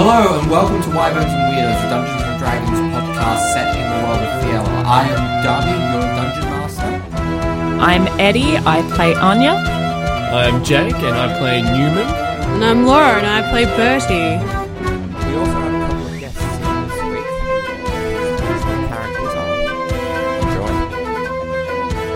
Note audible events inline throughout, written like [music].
Hello and welcome to Wyverns and Weirdos, the Dungeons and Dragons podcast set in the world of Fiela. I am Darby, your dungeon master. I'm Eddie. I play Anya. I'm Jake, and I play Newman. And I'm Laura, and I play Bertie. We also have a couple of guests here this week. These are the characters are. Enjoy.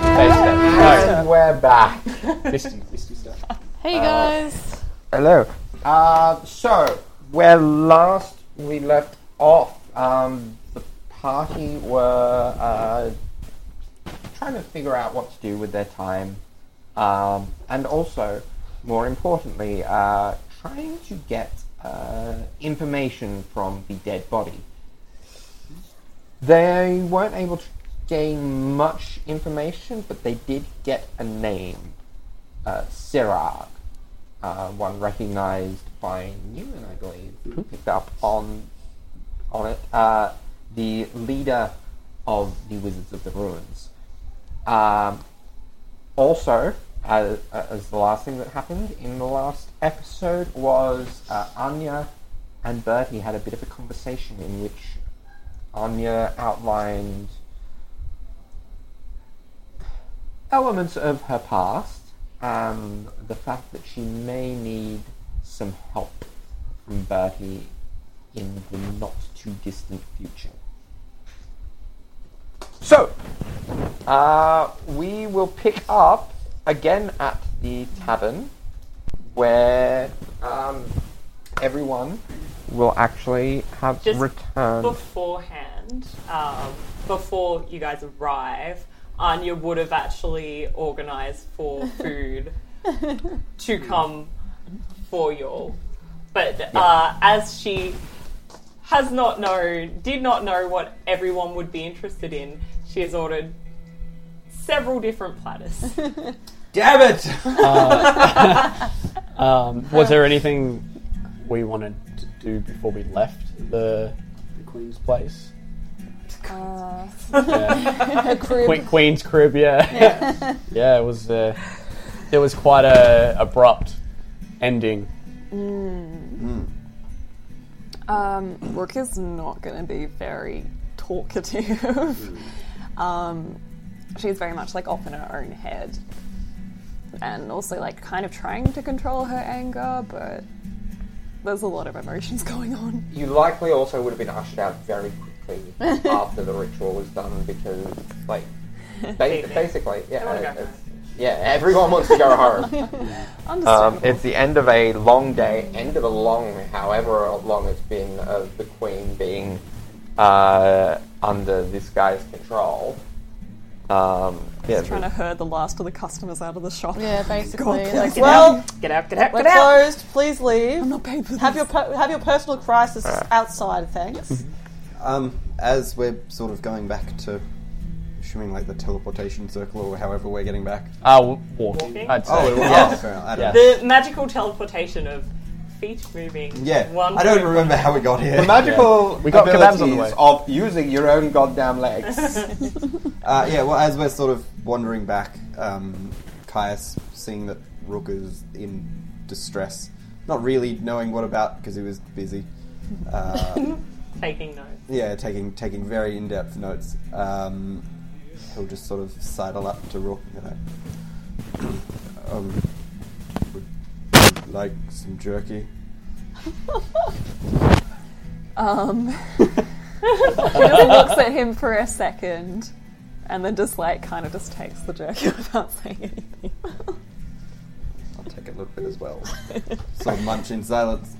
And we're back. Hey guys. Hello. Uh, so, where last we left off, um, the party were uh, trying to figure out what to do with their time, um, and also, more importantly, uh, trying to get uh, information from the dead body. They weren't able to gain much information, but they did get a name, uh, Sirach. Uh, one recognized by Newman, I believe, who picked up on on it. Uh, the leader of the Wizards of the Ruins. Um, also, uh, as the last thing that happened in the last episode was uh, Anya and Bertie had a bit of a conversation in which Anya outlined elements of her past and the fact that she may need some help from Bertie in the not too distant future. So, uh, we will pick up again at the tavern where um, everyone will actually have Just returned. beforehand, um, before you guys arrive, Anya would have actually organised [laughs] for food to come for y'all. But uh, as she has not know, did not know what everyone would be interested in, she has ordered several different [laughs] platters. Damn [laughs] it! Uh, Um, was there anything we wanted to do before we left the, the Queen's place? Yeah. [laughs] Que- Queen's crib, yeah. [laughs] Yeah, it was. Uh, there was quite a abrupt ending. Mm. Um, Rook is not going to be very talkative. Mm. um, she's very much like off in her own head, and also like kind of trying to control her anger, but there's a lot of emotions going on. you likely also would have been ushered out very quickly [laughs] after the ritual was done because, like, ba- basically, yeah, uh, wanna go it's- yeah, everyone wants to [laughs] [laughs] go home. [laughs] um, Uh, Understandable. it's the end of a long day, end of a long, however long it's been, of the queen being uh, under this guy's control. Um, yeah, trying to herd the last of the customers out of the shop. Yeah, basically. God, like, please. well, Get out, get out, we're get out! closed. Please leave. I'm not paid for have this. your per- have your personal crisis outside. Thanks. Um, as we're sort of going back to, assuming like the teleportation circle or however we're getting back. Uh, w- walking, Walking? I'd say. Oh, yeah. fair enough, [laughs] I don't know. The magical teleportation of feet moving. yeah. one I don't foot. remember how we got here. The magical We got kebabs on the way. abilities of using your own goddamn [laughs] legs. Uh, yeah, well, as we're sort of wandering back, um, Caius, seeing that Rook is in distress, not really knowing what about because he was busy, uh, [laughs] taking notes. yeah, taking taking very in depth notes. Um, he'll just sort of sidle up to Rook, you know. [clears throat] um, would you like some jerky. [laughs] Um, she just looks at him for a second, and then just like kind of just takes the jerky [laughs] without saying anything. I'll take a little bit as well. [laughs] so munch in silence.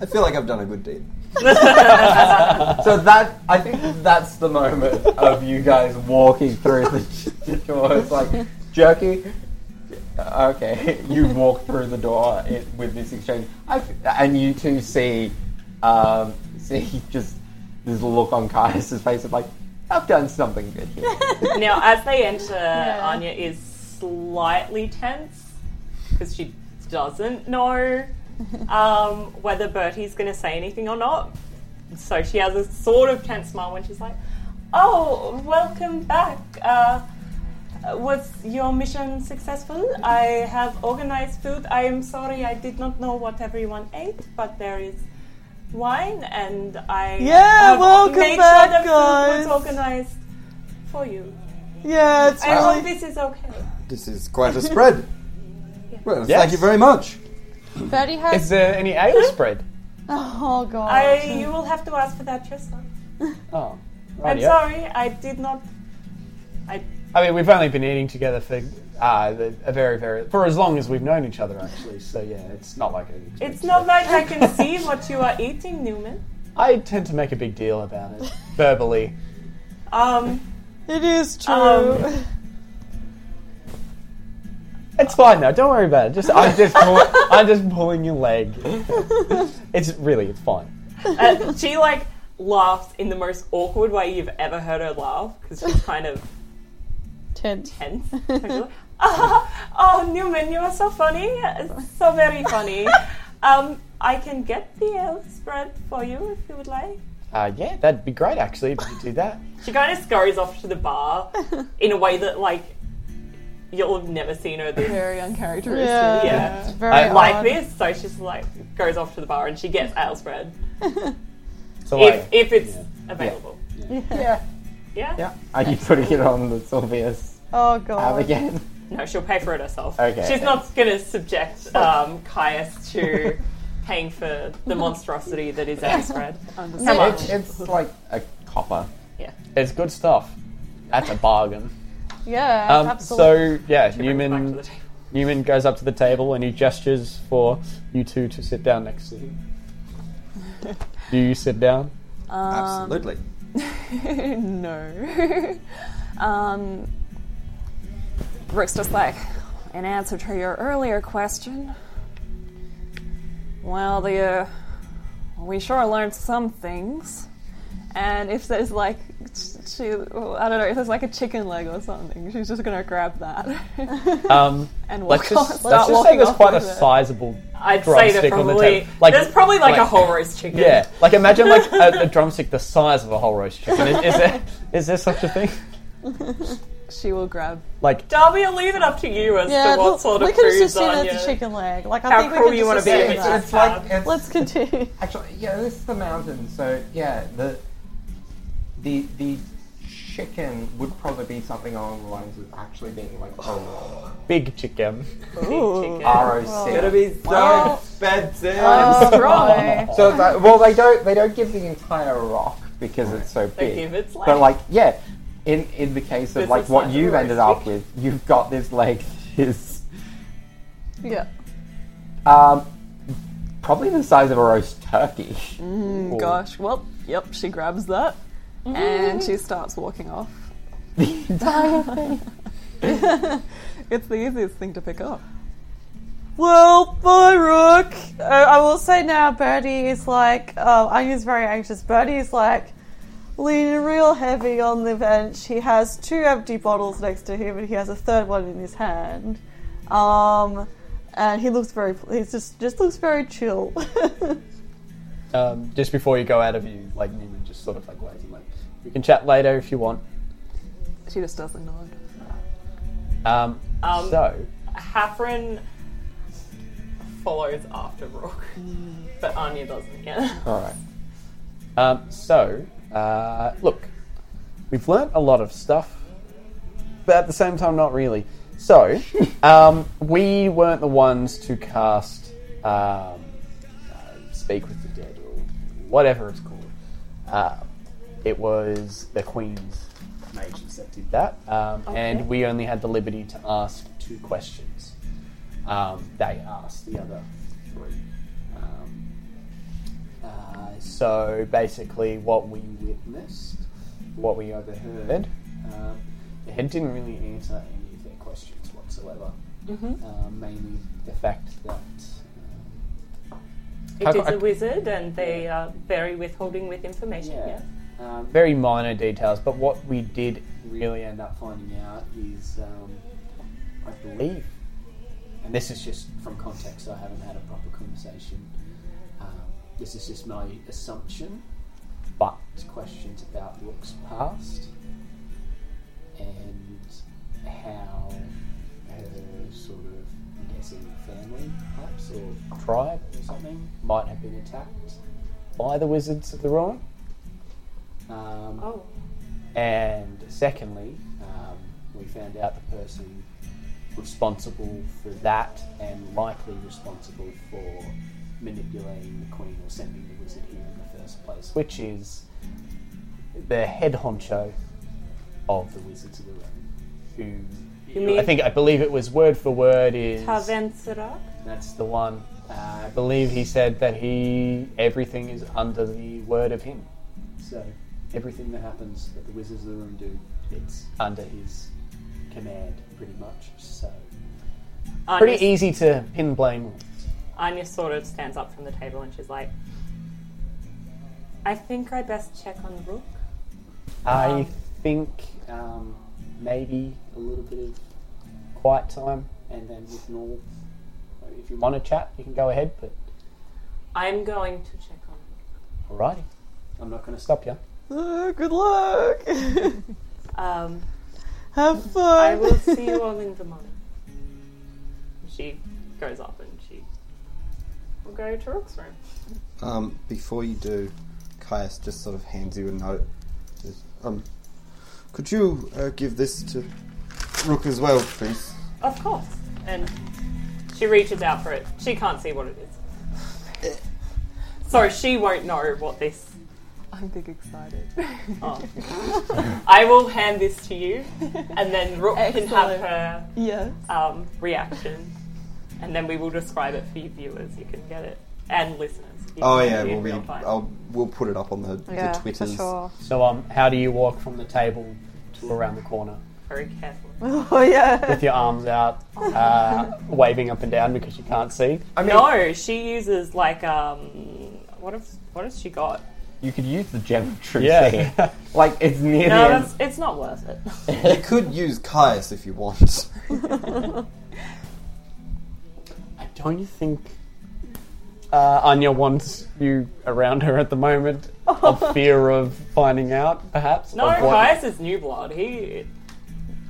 I feel like I've done a good deed. So that I think that's the moment of you guys walking through the, the door. It's like jerky. Okay, [laughs] you walk through the door it, with this exchange, I f and you two see um, see just this look on Caius's face of like I've done something good here. [laughs] Now, as they enter, Anya is slightly tense because she doesn't know um, whether Bertie's going to say anything or not. [laughs] So she has a sort of tense smile when she's like, "Oh, welcome back. uh, was your mission successful? I have organized food. I am sorry I did not know what everyone ate, but there is wine, and I Yeah, have welcome made back, sure that food guys. was organized for you. Yeah, it's I hope really. this is okay. This is quite a [laughs] spread. Well, Yes. thank you very much. Bertie Is has. there any ale [gasps] spread? Oh god. I you will have to ask for that yourself. Oh, I'm rightio. sorry, I did not. I I mean, we've only been eating together for uh, the- a very, very for as long as we've known each other, actually. So yeah, it's not like a, It's not like I [laughs] can see what you are eating, Newman. I tend to make a big deal about it verbally. Um, It is [laughs] true. Um, It's fine though. Don't worry about it. Just I'm just pull, I'm just pulling your leg. it's really it's fine. uh, she like laughs in the most awkward way you've ever heard her laugh because she's kind of Tense. [laughs] tense. [laughs] So she's like, "Ah, oh, Newman, you are so funny, so very funny. Um, I can get the ale spread for you if you would like. Uh, yeah, that'd be great actually if you do that. She kind of scurries off to the bar in a way that like you'll have never seen her this Very uncharacteristic. yeah. yeah. It's very I- like odd. this. So she's like goes off to the bar and she gets ale spread So if like, if it's available. Yeah. Yeah? Yeah. Are you putting it on the Sylvia's Oh tab god. again? No, she'll pay for it herself. Okay. She's not going to [laughs] subject um, Caius to paying for the monstrosity that is ale [laughs] spread. Come on. It's, it's like a copper. it's good stuff. That's a bargain. Uh, Yeah, Um, absolutely. so yeah, Brings back to Newman the table. Newman goes up to the table and he gestures for you two to sit down next to him. [laughs] Do you sit down? Um, Absolutely. [laughs] no. [laughs] um, Rick's just like, in answer to your earlier question, well, the uh, we sure learned some things. And if there's like, she, I don't know, if there's like a chicken leg or something, she's just gonna grab that. [laughs] Um, and let's walk off. just let's Start just say walking there's off quite a with it. sizable I'd say drumstick that on the probably table. Like- there's probably like, a like- whole roast chicken. yeah. Like imagine like [laughs] a, a drumstick the size of a whole roast chicken. Is, is there is there such a thing? She will grab. Like Darby, I'll leave it up to you as yeah, to what look, sort we of could have foods just seen on that's your... a chicken leg. Like I How think we cruel could you wanna just be assume if it's- that. It's like it's Let's continue. Actually, yeah, this is the mountain, so yeah, the the the chicken would probably be something along the lines of actually being like oh, big chicken. Chicken. ROC. be so expensive. [laughs] Try. so it's like, well, they don't they don't give the entire rock because it's so big. They give it like, but like yeah, in in the case of This like is what like you've a ended roast up with, you've got this leg that is Yeah. um, probably the size of a roast turkey. Mm, Or- Mm, Gosh. Well, yep. She grabs that, and she starts walking off. The entire [laughs] It's the easiest thing to pick up. Well, bye, Rook. Uh, I will say now, Bertie is like, oh, Anya's very anxious. Bertie is like leaning real heavy on the bench. He has two empty bottles next to him, and he has a third one in his hand. Um, and he looks very, he just just looks very chill. [laughs] Um, just before you go out of you, like Newman just sort of like waves and like we can chat later if you want. She just doesn't nod. Um, Um, so Hafren follows after Rook, but Anya doesn't. Yeah. All right. Um, so, uh, look, we've learnt a lot of stuff, but at the same time, not really. So, um, we weren't the ones to cast um, uh, Speak with the Dead or whatever it's called. Uh, it was the Queen's mages that did that, um, and we only had the liberty to ask two questions. Um, they asked the other three. Um, uh, so basically, what we witnessed, what we overheard, um, the head didn't really answer any of their questions whatsoever. Um, mainly the fact that. Um, It How is co- a wizard, and they are very withholding with information. Yeah. Um, very minor details, but what we did really end up finding out is, um, I believe, and this is just from context, I haven't had a proper conversation. Um, this is just my assumption, but questions about Rook's past and tribes or tribe or something might have been attacked by the wizards of the ruin. Um, Oh. And secondly, um, we found out the person responsible for that and likely responsible for manipulating the queen or sending the wizard here in the first place, which is the head honcho of the Wizards of the Realm, who mean- I think I believe it was word for word is Tavensera? that's the one. Uh, I believe he said that he everything is under the word of him. So everything that happens that the Wizards of the Room do, it's under his command, pretty much. So Anya, pretty easy to pin blame. on. Anya sort of stands up from the table and she's like, I think I best check on Rook. I Um, think um, maybe a little bit of quiet time, and then with normal. If you want to chat, you can go ahead. But I'm going to check on Rook. alrighty, I'm not going to stop you. Uh, good luck. [laughs] Um, Have I fun. will see you all in the morning. She goes up and she will go to Rook's room. Um, before you do, Caius just sort of hands you a note. Says, Um, could you uh, give this to Rook as well, please? Of course. And she reaches out for it. She can't see what it is. So she won't know what this. I'm big excited. Oh. I will hand this to you, and then Rook can have Excellent. her Yes. um, reaction, and then we will describe it for you viewers. You can get it and listeners. You Oh can yeah, see it we'll be. real time. I'll, we'll put it up on the, yeah, the for Twitters. sure. So, um, how do you walk from the table to around [laughs] the corner very [laughs] careful. Oh yeah. with your arms out, uh, waving up and down because you can't see? I mean, no, she uses like um, what if what has she got? you could use the gem of truth here. [laughs] Yeah, Like, it's near No, the that's, end. it's not worth it. You could use Caius if you [laughs] want. I don't think uh, Anya wants you around her at the moment, [laughs] of fear of finding out, perhaps. No, of what- Caius is new blood. He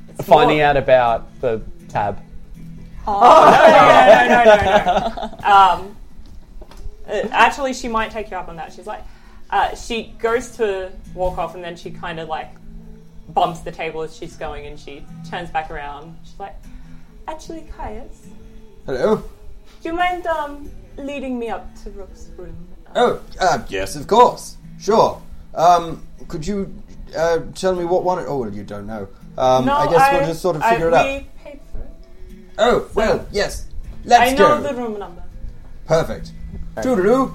it's finding more- out about the tab. no, no, no, no, no. [laughs] Um, uh, actually, she might take you up on that. She's like, uh, she goes to walk off, and then she kind of like bumps the table as she's going, and she turns back around. She's like, actually, [laughs] Caius, Hello. do you mind um, leading me up to Rook's room? Uh, Oh, uh, yes, of course. Sure. Um, could you uh, tell me what one? Oh, well, you don't know. Um, I guess we'll just sort of I- figure we it out. paid for it. Oh, well, yes. Let's I know go. the room number. Perfect. Toodaloo.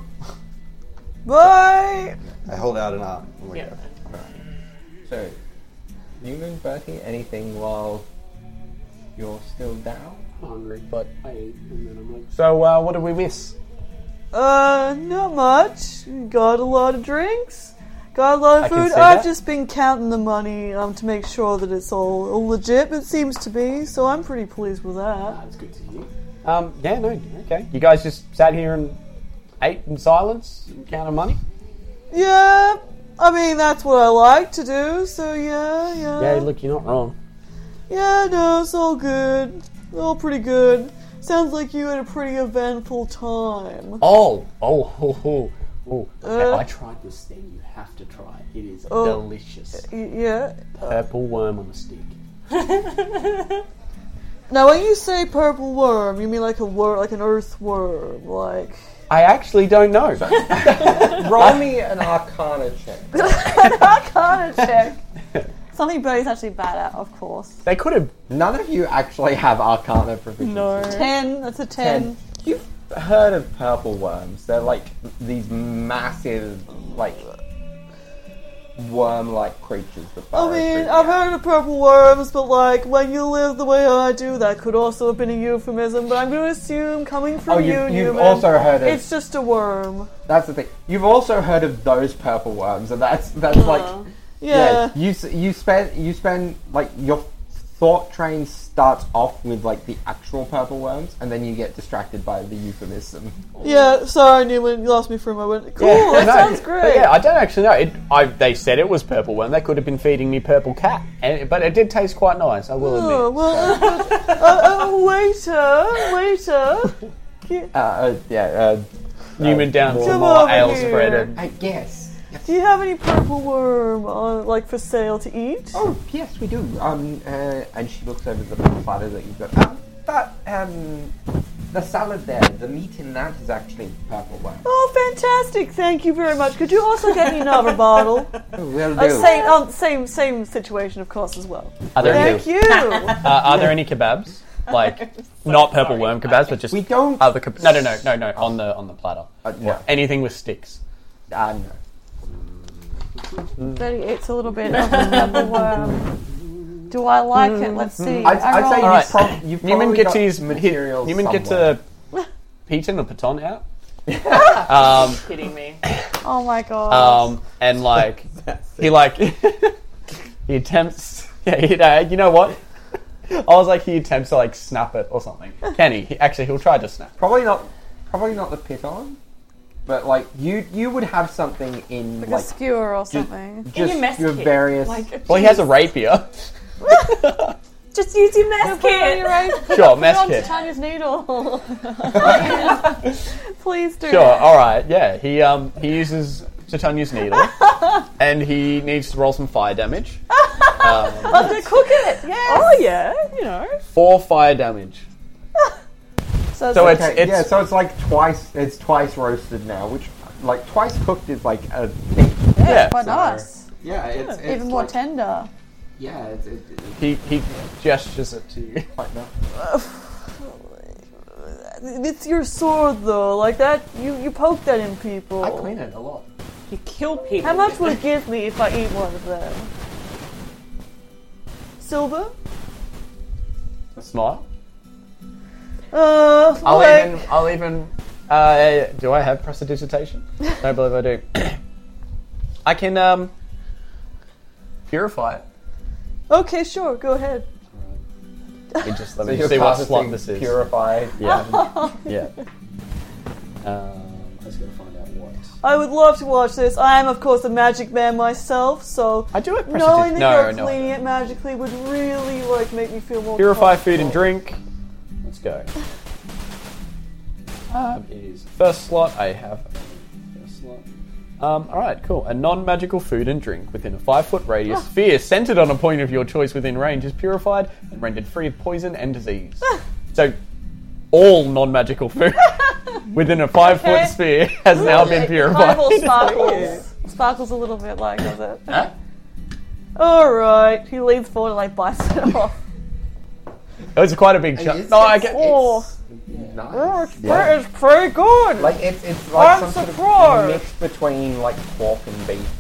Bye. I hold out an arm. Oh and we Yeah. go. So, you and Bertie, anything while you're still down? Hungry, but I ate, and then I'm like. So, uh, what did we miss? Uh, not much. Got a lot of drinks. Got a lot I of can food. see I've that. just been counting the money um, to make sure that it's all, all legit. It seems to be, so I'm pretty pleased with that. Ah, That's good to hear. Um, yeah, no, okay. You guys just sat here and ate in silence, and counted money. Yeah, I mean that's what I like to do. So yeah, yeah, Yeah, look, you're not wrong. yeah. No, it's all good. All pretty good. Sounds like you had a pretty eventful time. Oh, oh, [laughs] oh, oh. oh. Okay, Uh. I tried this thing. You have to try it. It is Oh. delicious. Y- Yeah. Purple worm on a stick. Now, when you say purple worm, you mean like a worm, like an earthworm, like. I actually don't know. [laughs] Roll me an Arcana check. Arcana check. [laughs] Something Birdie's actually bad at, of course. they could have. None of you actually have Arcana proficiency. Ten. That's a ten. Ten. You've heard of purple worms. They're like these massive, like worm-like creatures. That I burrow mean, through I've the earth. heard of purple worms, but like when you live the way I do, that could also have been a euphemism. But I'm going to assume, coming from Oh, you, you've, you've human, also heard of. it's just a worm. that's the thing. You've also heard of those purple worms, and that's that's like Yeah. You s- you spend you spend like your thought train starts off with like the actual purple worms, and then you get distracted by the euphemism. Yeah. Sorry, Newman, you lost me for a moment. Cool. [laughs] that no, sounds but great. Yeah, I don't actually know. It, I, they said it was purple worm. They could have been feeding me purple cat, and, but it did taste quite nice. I will Oh, [laughs] admit. well, uh, uh, uh, oh, waiter, waiter, cute. Uh, uh, yeah, uh, Newman down more some Come more over ale here. spread and I guess. Do you have any purple worm on, like for sale to eat? Oh, yes, we do. Um, uh, and she looks over the platter that you've got. Um, but um, the salad there, the meat in that is actually purple one. Oh, fantastic! Thank you very much. Could you also get me another bottle? [laughs] Will Uh, do. same, um, same, same situation, of course, as well. are there any, Thank you. uh, are there any kebabs? [laughs] Like not purple worm kebabs, but just we don't. other kebabs. No, no, no, no, no. On the on the platter. Uh, no. Anything with sticks. Uh, no. Betty eats a little bit of another worm. Do I like it? Let's see. Mm-hmm. I'd, I'd say roll- you've, Hmm. Alright. prob- you've Newman probably gets got his materials. Newman gets somewhere. a Peton or Paton [laughs] out. um, Kidding me. [coughs] Oh my god. um, and [laughs] like he like [laughs] he attempts. [laughs] Yeah, he, uh, you know what? I was like he attempts to like snap it or something. Can he? he actually, he'll try to snap. probably not. Probably not the pit on, but like you, you would have something in like a like skewer or something. just your mess your kit. various. [laughs] Well, he has a rapier. Just use your mess kit. [laughs] Sure, mess Onto kit. Tanya's [laughs] needle. Please do. Sure. All right. Yeah. He um he uses Titania's [laughs] needle, and he needs to roll some fire damage. Um, Let's cook it. Yes. Oh yeah, you know. four fire damage. So, So it's- it's Okay, it's yeah, so it's like twice. It's twice roasted now, which like twice cooked is like a thing. yeah. quite nice. Yeah, it's, it's Even more like- tender. Yeah, it's, it, it, He he gestures it to you. [laughs] Like that. It's your sword though, like that. You you poke that in people. I clean it a lot. You kill people. How much will it give me if I eat one of them? Silver? Smile. Uh, I'll like, even I'll even. Uh, do I have prestidigitation? Don't believe I do. [clears throat] I can um purify it. Okay, sure. Go ahead. You just So let me you're see what casting slot this is. Purified. Yeah. yeah. Um, I was gonna find out what. [laughs] I would love to watch this. I am, of course, a magic man myself, so I do it. knowing that no, you're no. cleaning it magically would really like make me feel more. Purify comfortable. food and drink. Let's go. Um, it is first slot. I have a first slot. Um, all right, cool. A non-magical food and drink within a five-foot radius Ah. sphere centered on a point of your choice within range is purified and rendered free of poison and disease. Ah. so, all [laughs] non-magical food within a five-foot Okay. sphere has now been Like, purified. [laughs] Fireball sparkles. sparkles a little bit like does it? All right. He leans forward and like bites it [laughs] off. It was quite a big chunk. No, I get. Oh, Nice. it's, pre- it's pretty good. Like it's it's like I'm some sort of surprised. mix between like pork and beef,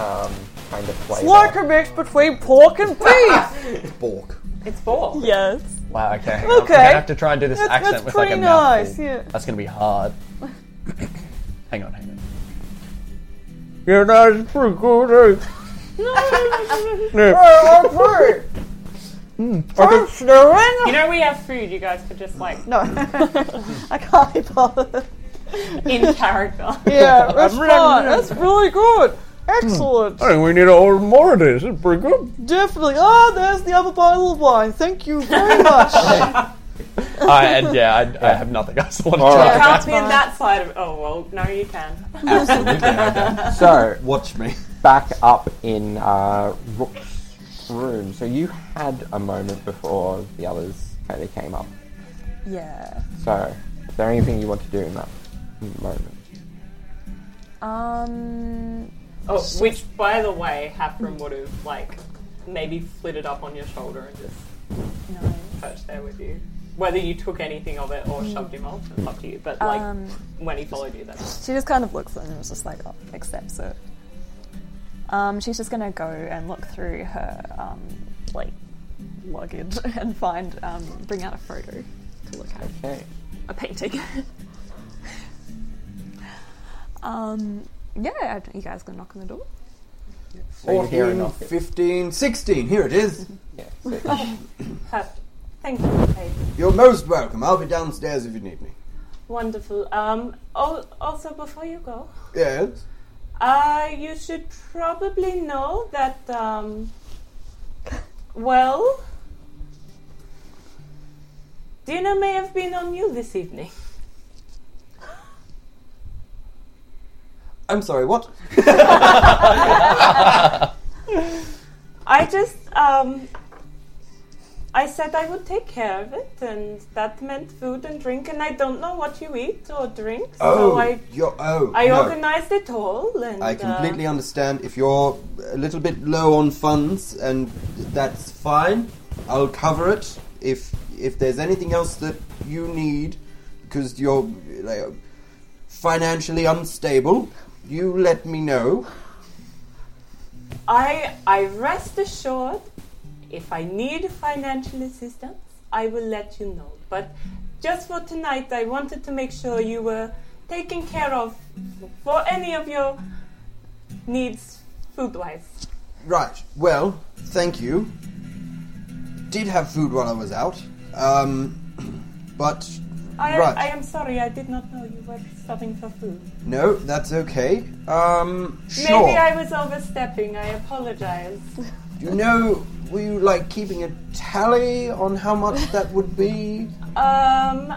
um, kind of flavor. It's like a mix between pork [laughs] and beef. Bork. It's four. yes. Wow. Okay. I'm Okay. gonna have to try and do this That's, accent that's with like pretty a mouthful. nice. Yeah. That's gonna [laughs] be hard. hang on, hang on. Yeah, that's pretty good. [laughs] [laughs] I'm stirring. You know we have food. You guys could just like No, [laughs] I can't be bothered. in character. [laughs] [laughs] Yeah, that's fine. That's really good. Excellent. think we need to order more of this. It's pretty good. Definitely. Ah, there's the other bottle of wine. Thank you very much. I, and yeah, I, I have nothing else I want to All try. right. Can't be in that side of. Oh well, no, you can. [laughs] so [laughs] Watch me. back up in uh, Rook's room. So you had a moment before the others kind of came up. Yeah. So is there anything you want to do in that moment? Um. Oh, which, by the way, Hafram would have like maybe flitted up on your shoulder and just No. perched there with you. Whether you took anything of it or shoved him off, it's up to you. But like Um, when he followed you, that's She just kind of looks at it and is just like oh, accepts it. Um, she's just gonna go and look through her um, like luggage [laughs] and find um, bring out a photo to look at Okay. a painting. [laughs] um, yeah, you guys gonna knock on the door? So you hear a 14, knock. 15, 16. Here it is. [laughs] Yeah, so- [laughs] perfect. Thank you, Kate. You're most welcome. I'll be downstairs if you need me. Wonderful. Um. al- Also, before you go, Yes. uh, you should probably know that. Um, well, dinner may have been on you this evening. I'm sorry, [laughs] [laughs] what? Oh, I just, um, I said I would take care of it, and that meant food and drink, and I don't know what you eat or drink, so I, you're, oh, I no. organized it all, and uh, I completely understand if you're a little bit low on funds, and that's fine. I'll cover it if if there's anything else that you need, because you're like, financially unstable. You let me know. I I rest assured if I need financial assistance, I will let you know. But just for tonight, I wanted to make sure you were taken care of for any of your needs food wise. Right. Well, thank you. Did have food while I was out, um, [clears throat] but I, Right. I am sorry, I did not know you were stopping for food. no, that's okay. Um, sure. Maybe I was overstepping, I apologize. Do you know? Were you like keeping a tally on how much that would be? Um,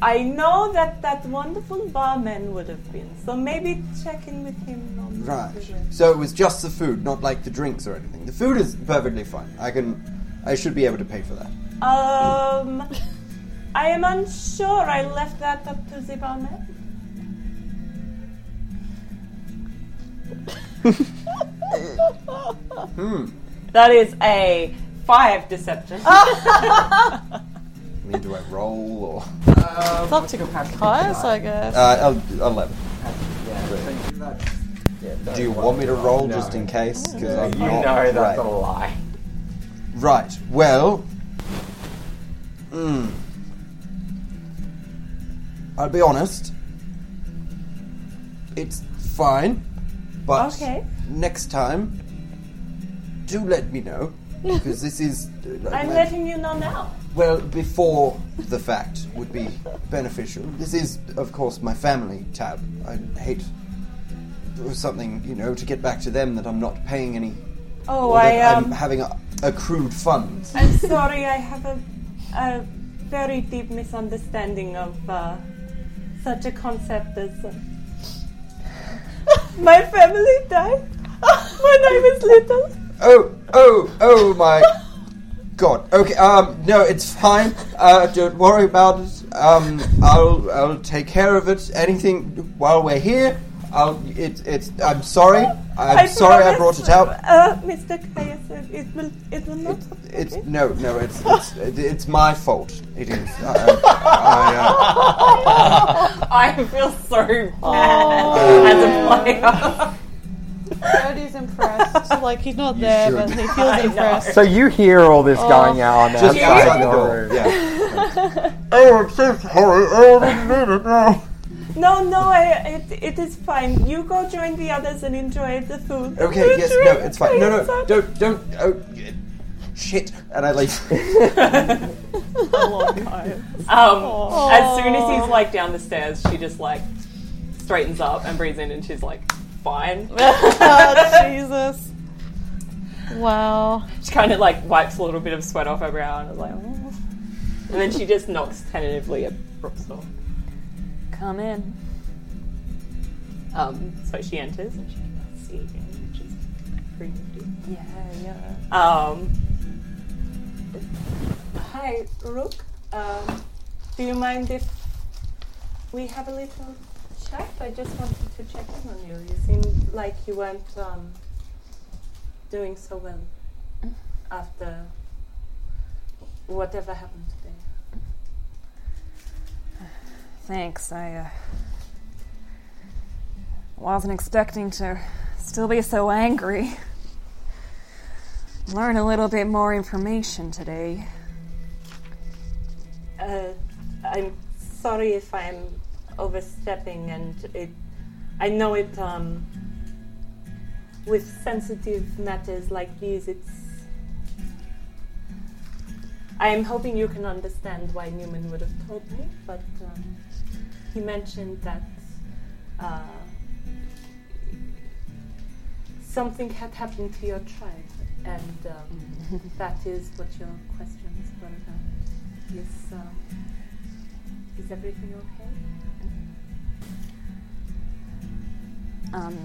I know that that wonderful barman would have been, so maybe check in with him. on Right. the- So it was just the food, not like the drinks or anything. The food is perfectly fine. I can, I should be able to pay for that. Um, I am unsure. I left that up to the barman. That is a five deception. [laughs] I mean, do I roll or? It's up to Caius, I guess. Uh, I'll, I'll let it. Yeah, Do you want me to roll No. just in case? Because I'm You not know that's right. a lie. Right. Well, mm, I'll be honest. It's fine, but Okay. next time, do let me know because this is. [laughs] I'm letting you know now. Well, before the fact would be beneficial. This is, of course, my family tab. I hate something, you know, to get back to them that I'm not paying any. Oh, or that I I'm um, having a, accrued [laughs] funds. I'm sorry. I have a, a very deep misunderstanding of uh, such a concept as uh, my family died when I was little. Oh, oh, oh my god. Okay, um, no, it's fine. Uh, don't worry about it. Um, I'll, I'll take care of it. Anything while we're here, I'll, it, it's, I'm sorry. I'm I sorry I promise, brought it out. Uh, Mr. Caius, uh, it will, it will not happen. It's no, no. It's [laughs] it's, it's my fault. It is. I, [laughs] I, I feel so bad as a player. Brody's impressed. like he's not there, but should. he feels impressed. So [laughs] you hear all this going on uh, just outside outside the your room. door. Yeah. Oh, I'm so sorry. Oh, I didn't mean it. No. No, no, I, it, it is fine. You go join the others and enjoy the food. uh, Okay. Yes. No. It's fine. No. No. Don't. Don't. Oh, y- shit. And I [laughs] leave. Um, as soon as he's like down the stairs, she just like straightens up and breathes in, and she's like, "Fine." [laughs] [laughs] Oh, Jesus. Wow. She kind of like wipes a little bit of sweat off her brow and is like, "Oh." and then she just knocks tentatively at Brooke's door. Come in. Um, so she enters and she cannot see again, which is pretty nifty. Yeah, yeah. Um, hi, Rook. Um, do you mind if we have a little chat? I just wanted to check in on you. You seemed like you weren't um, doing so well after whatever happened today. Thanks. I uh, wasn't expecting to still be so angry. Learn a little bit more information today. Uh, I'm sorry if I'm overstepping, and it. I know it. Um, with sensitive matters like these, it's. I am hoping you can understand why Newman would have told me, but um, he mentioned that uh, something had happened to your tribe, and um, that is what your questions were about. Is um, is everything okay? Um,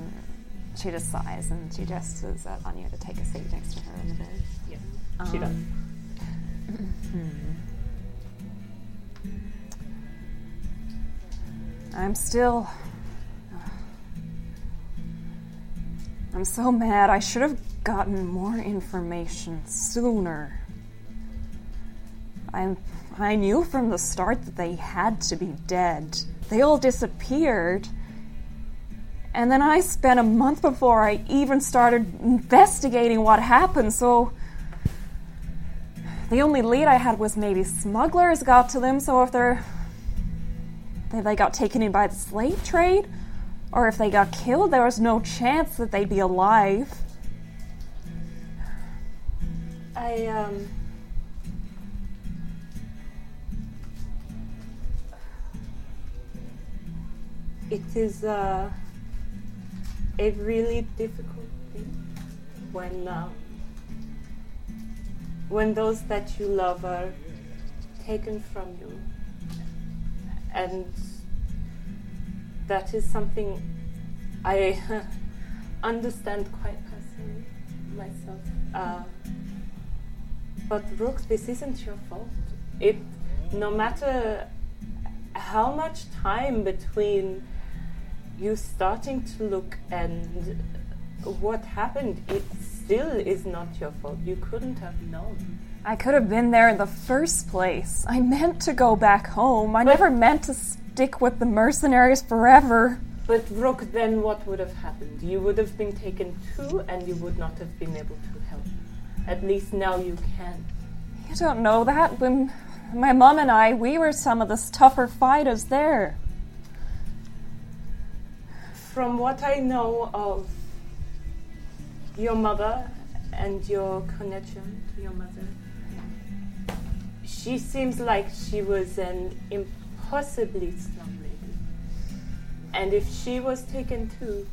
she just sighs and she gestures at Anya to take a seat next to her in the bed. Um, Yeah, she does. Hmm. I'm still. I'm so mad. I should have gotten more information sooner. I I knew from the start that they had to be dead. They all disappeared. And then I spent a month before I even started investigating what happened, so the only lead I had was maybe smugglers got to them, so if they're if they got taken in by the slave trade, or if they got killed, there was no chance that they'd be alive. I um. It is uh, a really difficult thing when uh, when those that you love are taken from you, and that is something I [laughs] understand quite personally myself. Uh, but Brooks, this isn't your fault. It, no matter how much time between you starting to look and what happened, it still is not your fault. You couldn't have known. I could have been there in the first place. I meant to go back home. I never meant to stick with the mercenaries forever. But Brooke, then what would have happened? You would have been taken too, and you would not have been able to help. At least now you can. You don't know that. When my mom and I, we were some of the tougher fighters there. From what I know of your mother and your connection to your mother, she seems like she was an impossibly strong lady. And if she was taken too,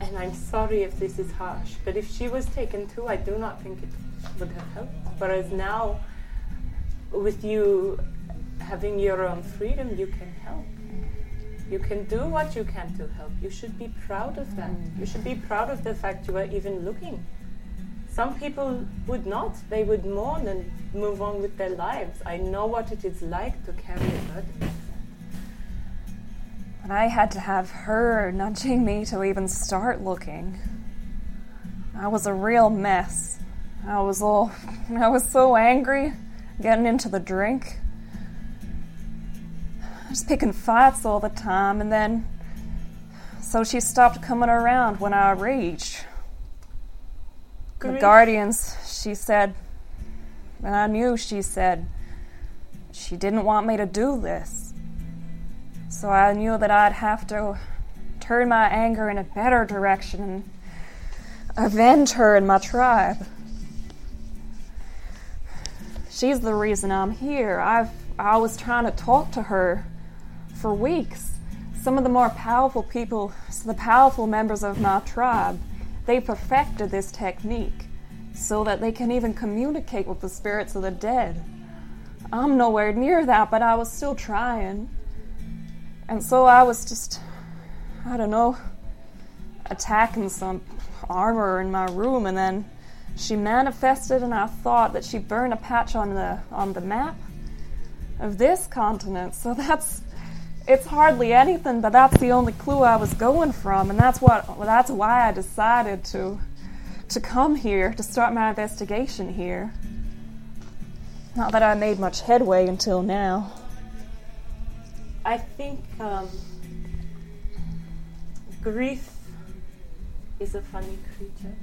and I'm sorry if this is harsh, but if she was taken too, I do not think it would have helped. Whereas now, with you having your own freedom, you can help. You can do what you can to help. You should be proud of that. You should be proud of the fact you are even looking. Some people would not. They would mourn and move on with their lives. I know what it is like to carry a burden. like that. And I had to have her nudging me to even start looking. I was a real mess. I was all. I was so angry getting into the drink. I was picking fights all the time, and then. So she stopped coming around when I reached. The Grief. Guardians, she said. And I knew she said. She didn't want me to do this. So I knew that I'd have to turn my anger in a better direction and avenge her and my tribe. She's the reason I'm here. I've I was trying to talk to her for weeks. Some of the more powerful people, so the powerful members of my tribe, they perfected this technique so that they can even communicate with the spirits of the dead. I'm nowhere near that, but I was still trying. And so I was just, I don't know, attacking some armor in my room, and then she manifested, and I thought that she burned a patch on the on the map of this continent. So [laughs] that's it's hardly anything, but that's the only clue I was going from, and that's what well, that's why I decided to to come here to start my investigation here. Not that I made much headway until now. [laughs] I think um, grief is a funny creature.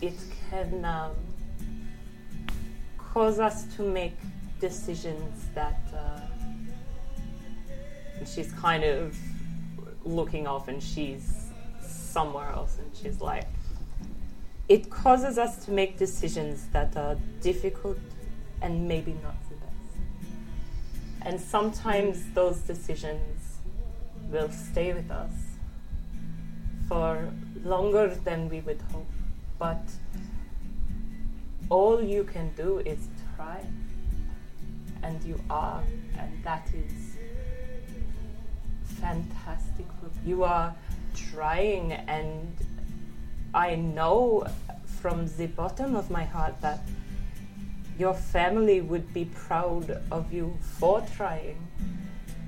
it can um, cause us to make decisions that. Uh, and she's kind of looking off and she's somewhere else and she's like. It causes us to make decisions that are difficult and maybe not the best. And sometimes those decisions will stay with us for longer than we would hope. But all you can do is try. And you are. And that is fantastic work. You are trying, and I know from the bottom of my heart that your family would be proud of you for trying.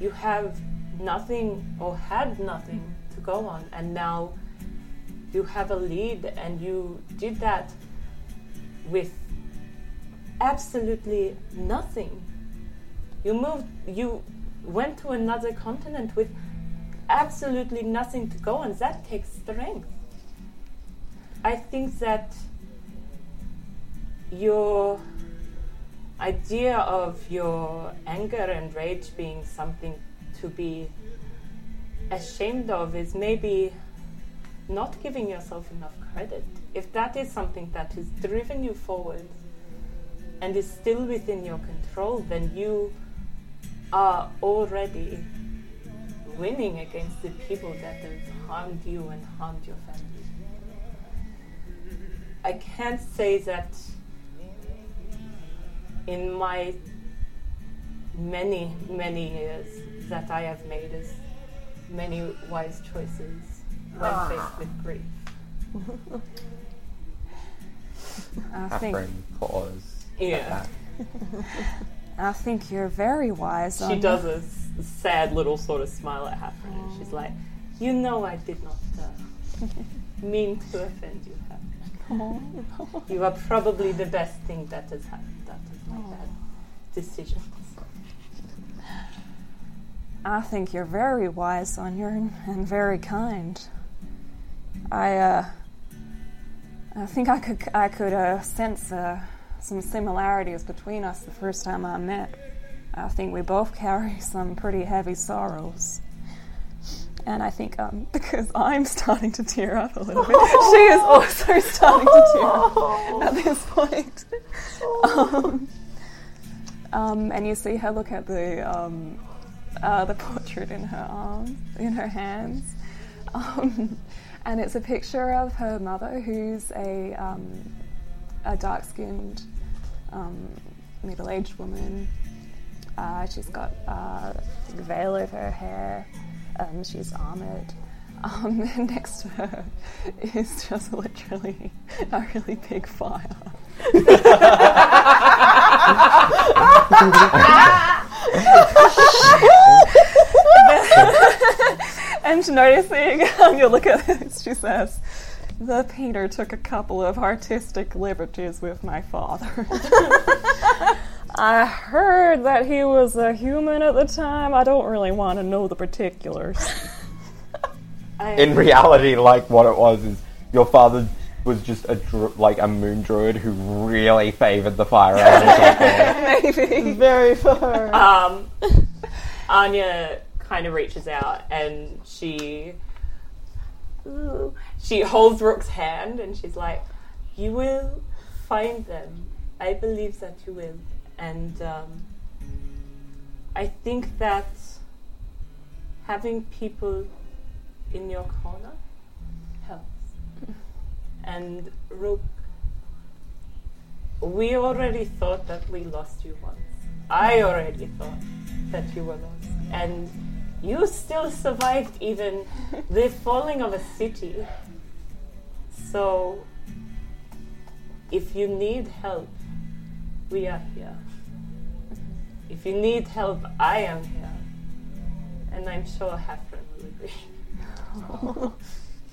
You have nothing or had nothing to go on, and now you have a lead, and you did that with absolutely nothing. You moved, you went to another continent with absolutely nothing to go on. That takes strength. I think that your idea of your anger and rage being something to be ashamed of is maybe not giving yourself enough credit. If that is something that has driven you forward and is still within your control, then you are already winning against the people that have harmed you and harmed your family. I can't say that in my many, many years that I have made as many wise choices when faced with grief. I think Catherine pause. Yeah. I think you're very wise. She Anya. does a s- sad little sort of smile at Hafren and she's like, You [laughs] know, I did not uh, mean to offend you, Hafren. [laughs] You are probably the best thing that has happened. That is my bad decision. I think you're very wise, Sonia, and- and very kind. I, uh, I think I could, I could uh, sense uh, some similarities between us the first time I met. I think we both carry [laughs] some pretty heavy sorrows. And I think um, [laughs] because I'm starting to tear up a little [laughs] bit, [laughs] she is also [laughs] starting to tear up at this point. Um, um, and you see her look at the um, uh, the portrait in her arms, in her hands, um, and it's a picture of her mother, who's a um, a dark-skinned um, middle-aged woman. Uh, she's got uh, a big veil over her hair. Um, she's armored. Um, [laughs] and next to her is just literally a really big fire. [laughs] and noticing um, you look at this, she says, "The painter took a couple of artistic liberties with my father. [laughs] I heard that he was a human at the time. I don't really want to know the particulars." I, In reality, like what it was is your father was just a dru- like a moon druid who really favored the fire [laughs] element. Maybe. [laughs] Very far. um, Anya kind of reaches out and she ooh, she holds Rook's hand and she's like, "You will find them. I believe that you will." And um, I think that having people in your corner helps. And Rook, we already thought that we lost you once. I already thought that you were lost. And you still survived even the falling of a city. So, if you need help, we are here. If you need help, I am here. And I'm sure Hafren will agree.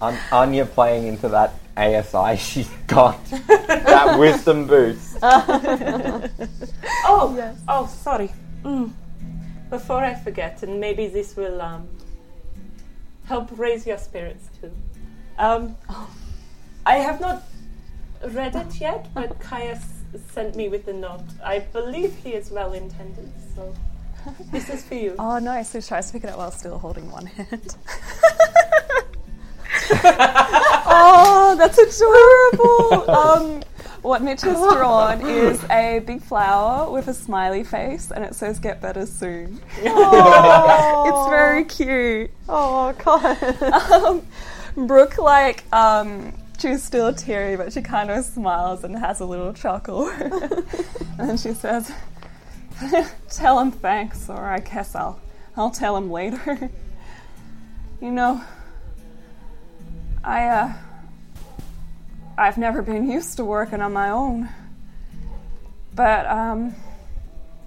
Um, Anya playing into that ASI she's got that wisdom boost. Oh, oh, sorry. Mm. Before I forget, and maybe this will um, help raise your spirits too. Um, I have not read it yet, but Caius sent me with a note. I believe he is well intended, so this is for you. Oh no! So she tries to pick it up while still holding one hand. oh, that's adorable. Um, what Mitch has drawn is a big flower with a smiley face, and it says "Get better soon." [laughs] it's very cute. Oh god. Um, Brooke, like, um, she's still teary, but she kind of smiles and has a little chuckle, [laughs] and then she says, [laughs] "Tell him thanks, or I guess I'll, I'll tell him later." [laughs] You know, I, uh, I've never been used to working on my own. But, um,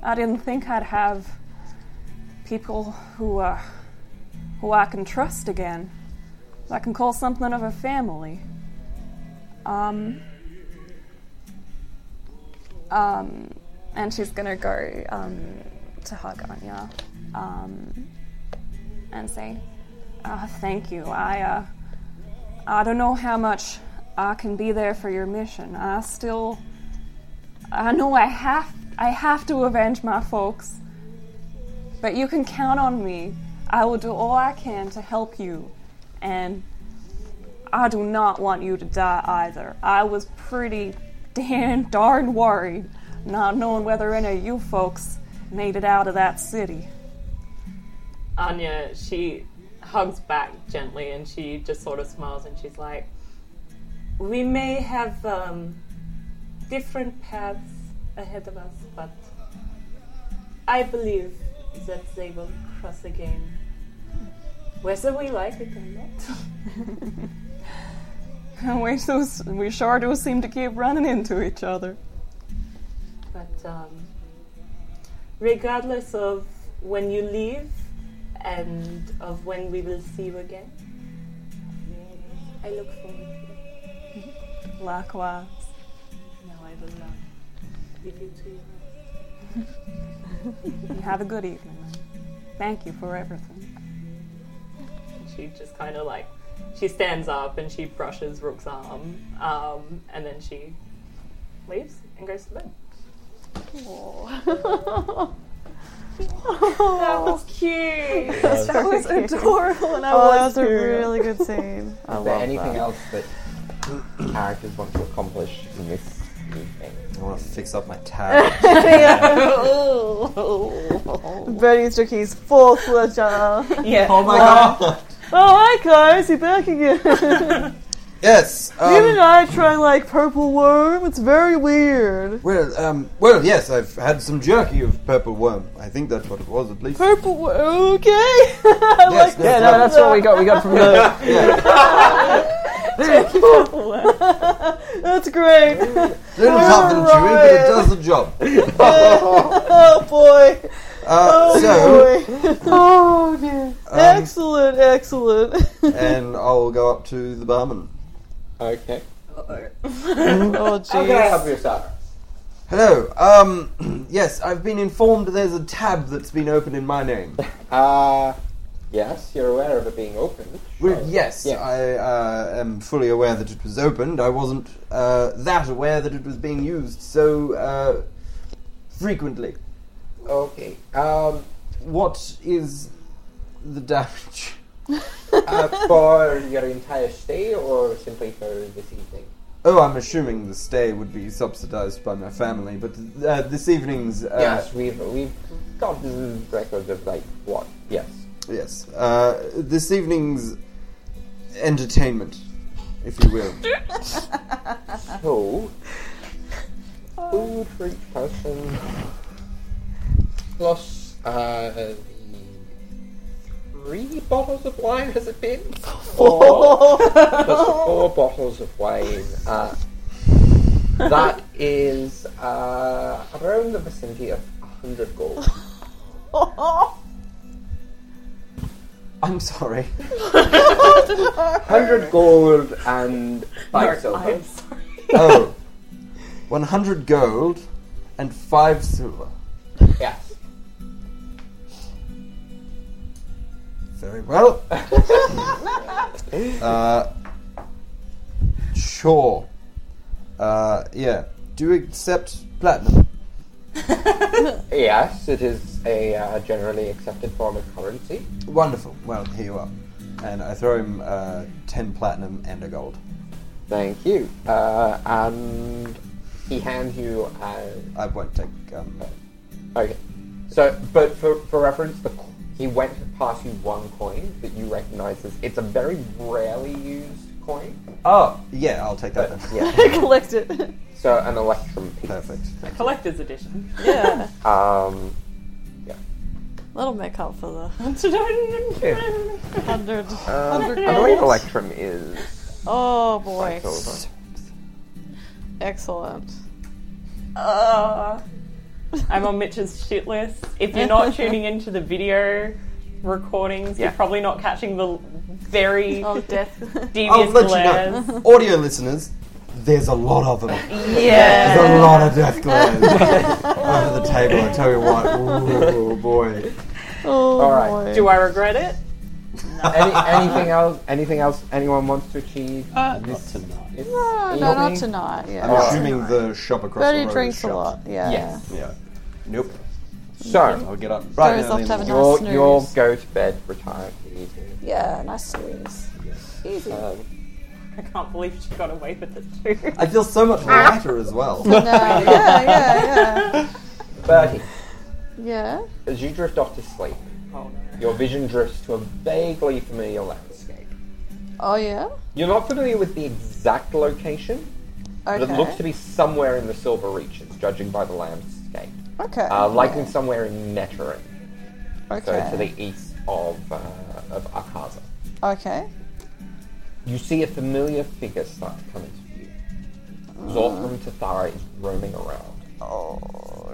I didn't think I'd have people who, uh, who I can trust again. I can call something of a family. Um, um, and she's gonna go um, to hug Anya um, and say, Ah, "Thank you. I uh, I don't know how much I can be there for your mission. I still, I know I have I have to avenge my folks, but you can count on me. I will do all I can to help you, and." I do not want you to die either. I was pretty damn [laughs] darn worried, not knowing whether any of you folks made it out of that city. [laughs] Anya, she hugs back gently and she just sort of smiles and she's like, We may have um, different paths ahead of us, but I believe that they will cross again. Whether we like it or not. [laughs] we, so, we sure do seem to keep running into each other. But um, regardless of when you leave and of when we will see you again, I look forward to it. Likewise. Now I will uh, leave you to your You have a good evening. Thank you for everything. She just kind of like she stands up and she brushes Rook's arm, um, and then she leaves and goes to bed. That [laughs] was cute. That was adorable, and I Oh, that [laughs] was a really good scene. I Is there love anything that. else that [clears throat] characters want to accomplish in this evening? I want to fix up my tab. Oh. Bernie's took his fourth ledger. oh my god! Oh, hi guys, you're back again. [laughs] [laughs] Yes. Him and Um, I try like purple worm. It's very weird. well, um, well, yes. I've had some jerky of purple worm. I think that's what it was, at least. Purple worm. Okay. [laughs] I Yes, like yes, Yeah, no, that's what we [laughs] got. We got from the. [laughs] that's great. [laughs] little tough and chewy, but it does the job. [laughs] oh boy. Uh, Oh so, boy. [laughs] oh dear. um, excellent. Excellent. [laughs] and I'll go up to the barman. [laughs] Okay. oh How can I jeez. help you, sir? Hello. Um, [clears throat] yes, I've been informed there's a tab that's been opened in my name. Uh, yes, you're aware of it being opened. Well, Sure. yes, Oh, Yeah. I uh, am fully aware that it was opened. I wasn't uh, that aware that it was being used so uh, frequently. Okay. Um, What is the damage? uh, for your entire stay or simply for this evening? Oh, I'm assuming the stay would be subsidized by my family, but uh, this evening's. Uh, yes, we've we've got the record of like what? [laughs] Yes. Yes. Uh, this evening's entertainment, if you will. [laughs] So, food for each person plus uh, the three bottles of wine. Has it been? Four. plus the four bottles of wine. Uh, that is uh, around the vicinity of hundred gold. I'm sorry. Hundred gold and five silver. Oh. 100 gold and 5 silver. Yes. Very [laughs] well. uh, sure. Uh, yeah. Do you accept platinum? [laughs] Yes, it is a uh, generally accepted form of currency. Wonderful. Well, here you are. And I throw him uh, 10 platinum and a gold. Thank you. Uh, and he hands you. Uh, I won't take. Um, okay. So, but for, for reference, the, co- he went to pass you one coin that you recognize as. It's a very rarely used coin. oh, yeah, I'll take that But, then. [laughs] yeah. Collect it. So, an electrum piece. Perfect. Collector's edition. Yeah. Um, yeah. That'll make up for the Yeah. hundred. Um, I believe Electrum is Oh boy. Silver. Excellent. Uh, I'm on Mitch's shit list. If you're [laughs] not tuning into the video recordings, Yeah. you're probably not catching the very Oh, death. I'll devious let glares. you know, [laughs] audio listeners, there's a lot of them. Yeah. There's a lot of death glares over the table. I tell you what, oh boy. Oh All right. boy. Do I regret it? Any, anything else? Anything else? Anyone wants to achieve? Uh, not tonight. It's no, no, not tonight. I'm Yeah. Oh. assuming the shop across the Bertie road drinks is a shut. lot. Yeah. Yes. Yeah. Nope. So I'll get up right is now. off to have a nice- and- you'll you'll snooze. go to bed, retire. easy. Yeah. Nice squeeze. Easy. Um, I can't believe she got away with it too. I feel so [laughs] much lighter as well. No, yeah, yeah, yeah. [laughs] Bertie, Yeah. as you drift off to sleep, Oh, your vision drifts to a vaguely familiar landscape. Oh yeah. You're not familiar with the exact location, but Okay. it looks to be somewhere in the Silver Reaches, judging by the landscape. okay. Uh, likely somewhere in Nettering, okay. so to the east of uh, of Arkaza. okay. You see a familiar figure start to come into view. Zorthram Tathara is roaming around. Mm. Oh.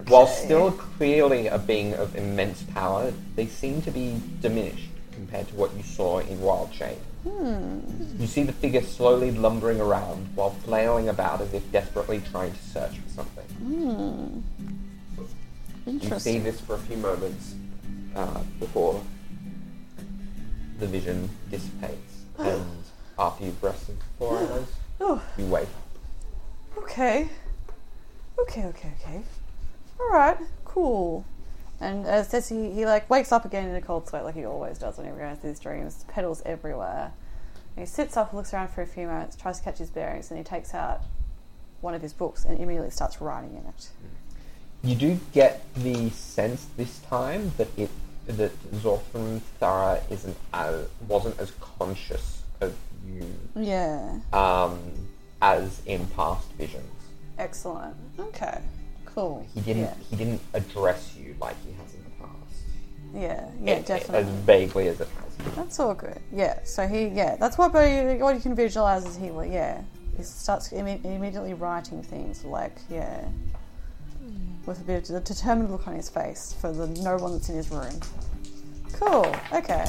While still clearly a being of immense power, they seem to be diminished compared to what you saw in Wild Shade. Hmm. You see the figure slowly lumbering around while flailing about as if desperately trying to search for something. Hmm. You see Interesting. this for a few moments uh, before the vision [gasps] dissipates, and after you've rested for four hours, Oh. you wake. Okay. Okay. Okay. Okay. All right. Cool. And uh, says he, he like wakes up again in a cold sweat, like he always does whenever he has these dreams. Petals everywhere. And he sits up, looks around for a few moments, tries to catch his bearings, and he takes out one of his books and immediately starts writing in it. Hmm. You do get the sense this time that it that Zorthram Thara isn't as, wasn't as conscious of you Yeah. um, as in past visions. Excellent. Okay. Cool. He didn't Yeah. he didn't address you like he has in the past. Yeah. Yeah. It- definitely. As vaguely as it has. been. That's all good. Yeah. So he, yeah, that's what Bodhi, what you can visualize is he, like, yeah, he starts imme- immediately writing things like, yeah, with a bit of a determined look on his face for the no one that's in his room. Cool. Okay.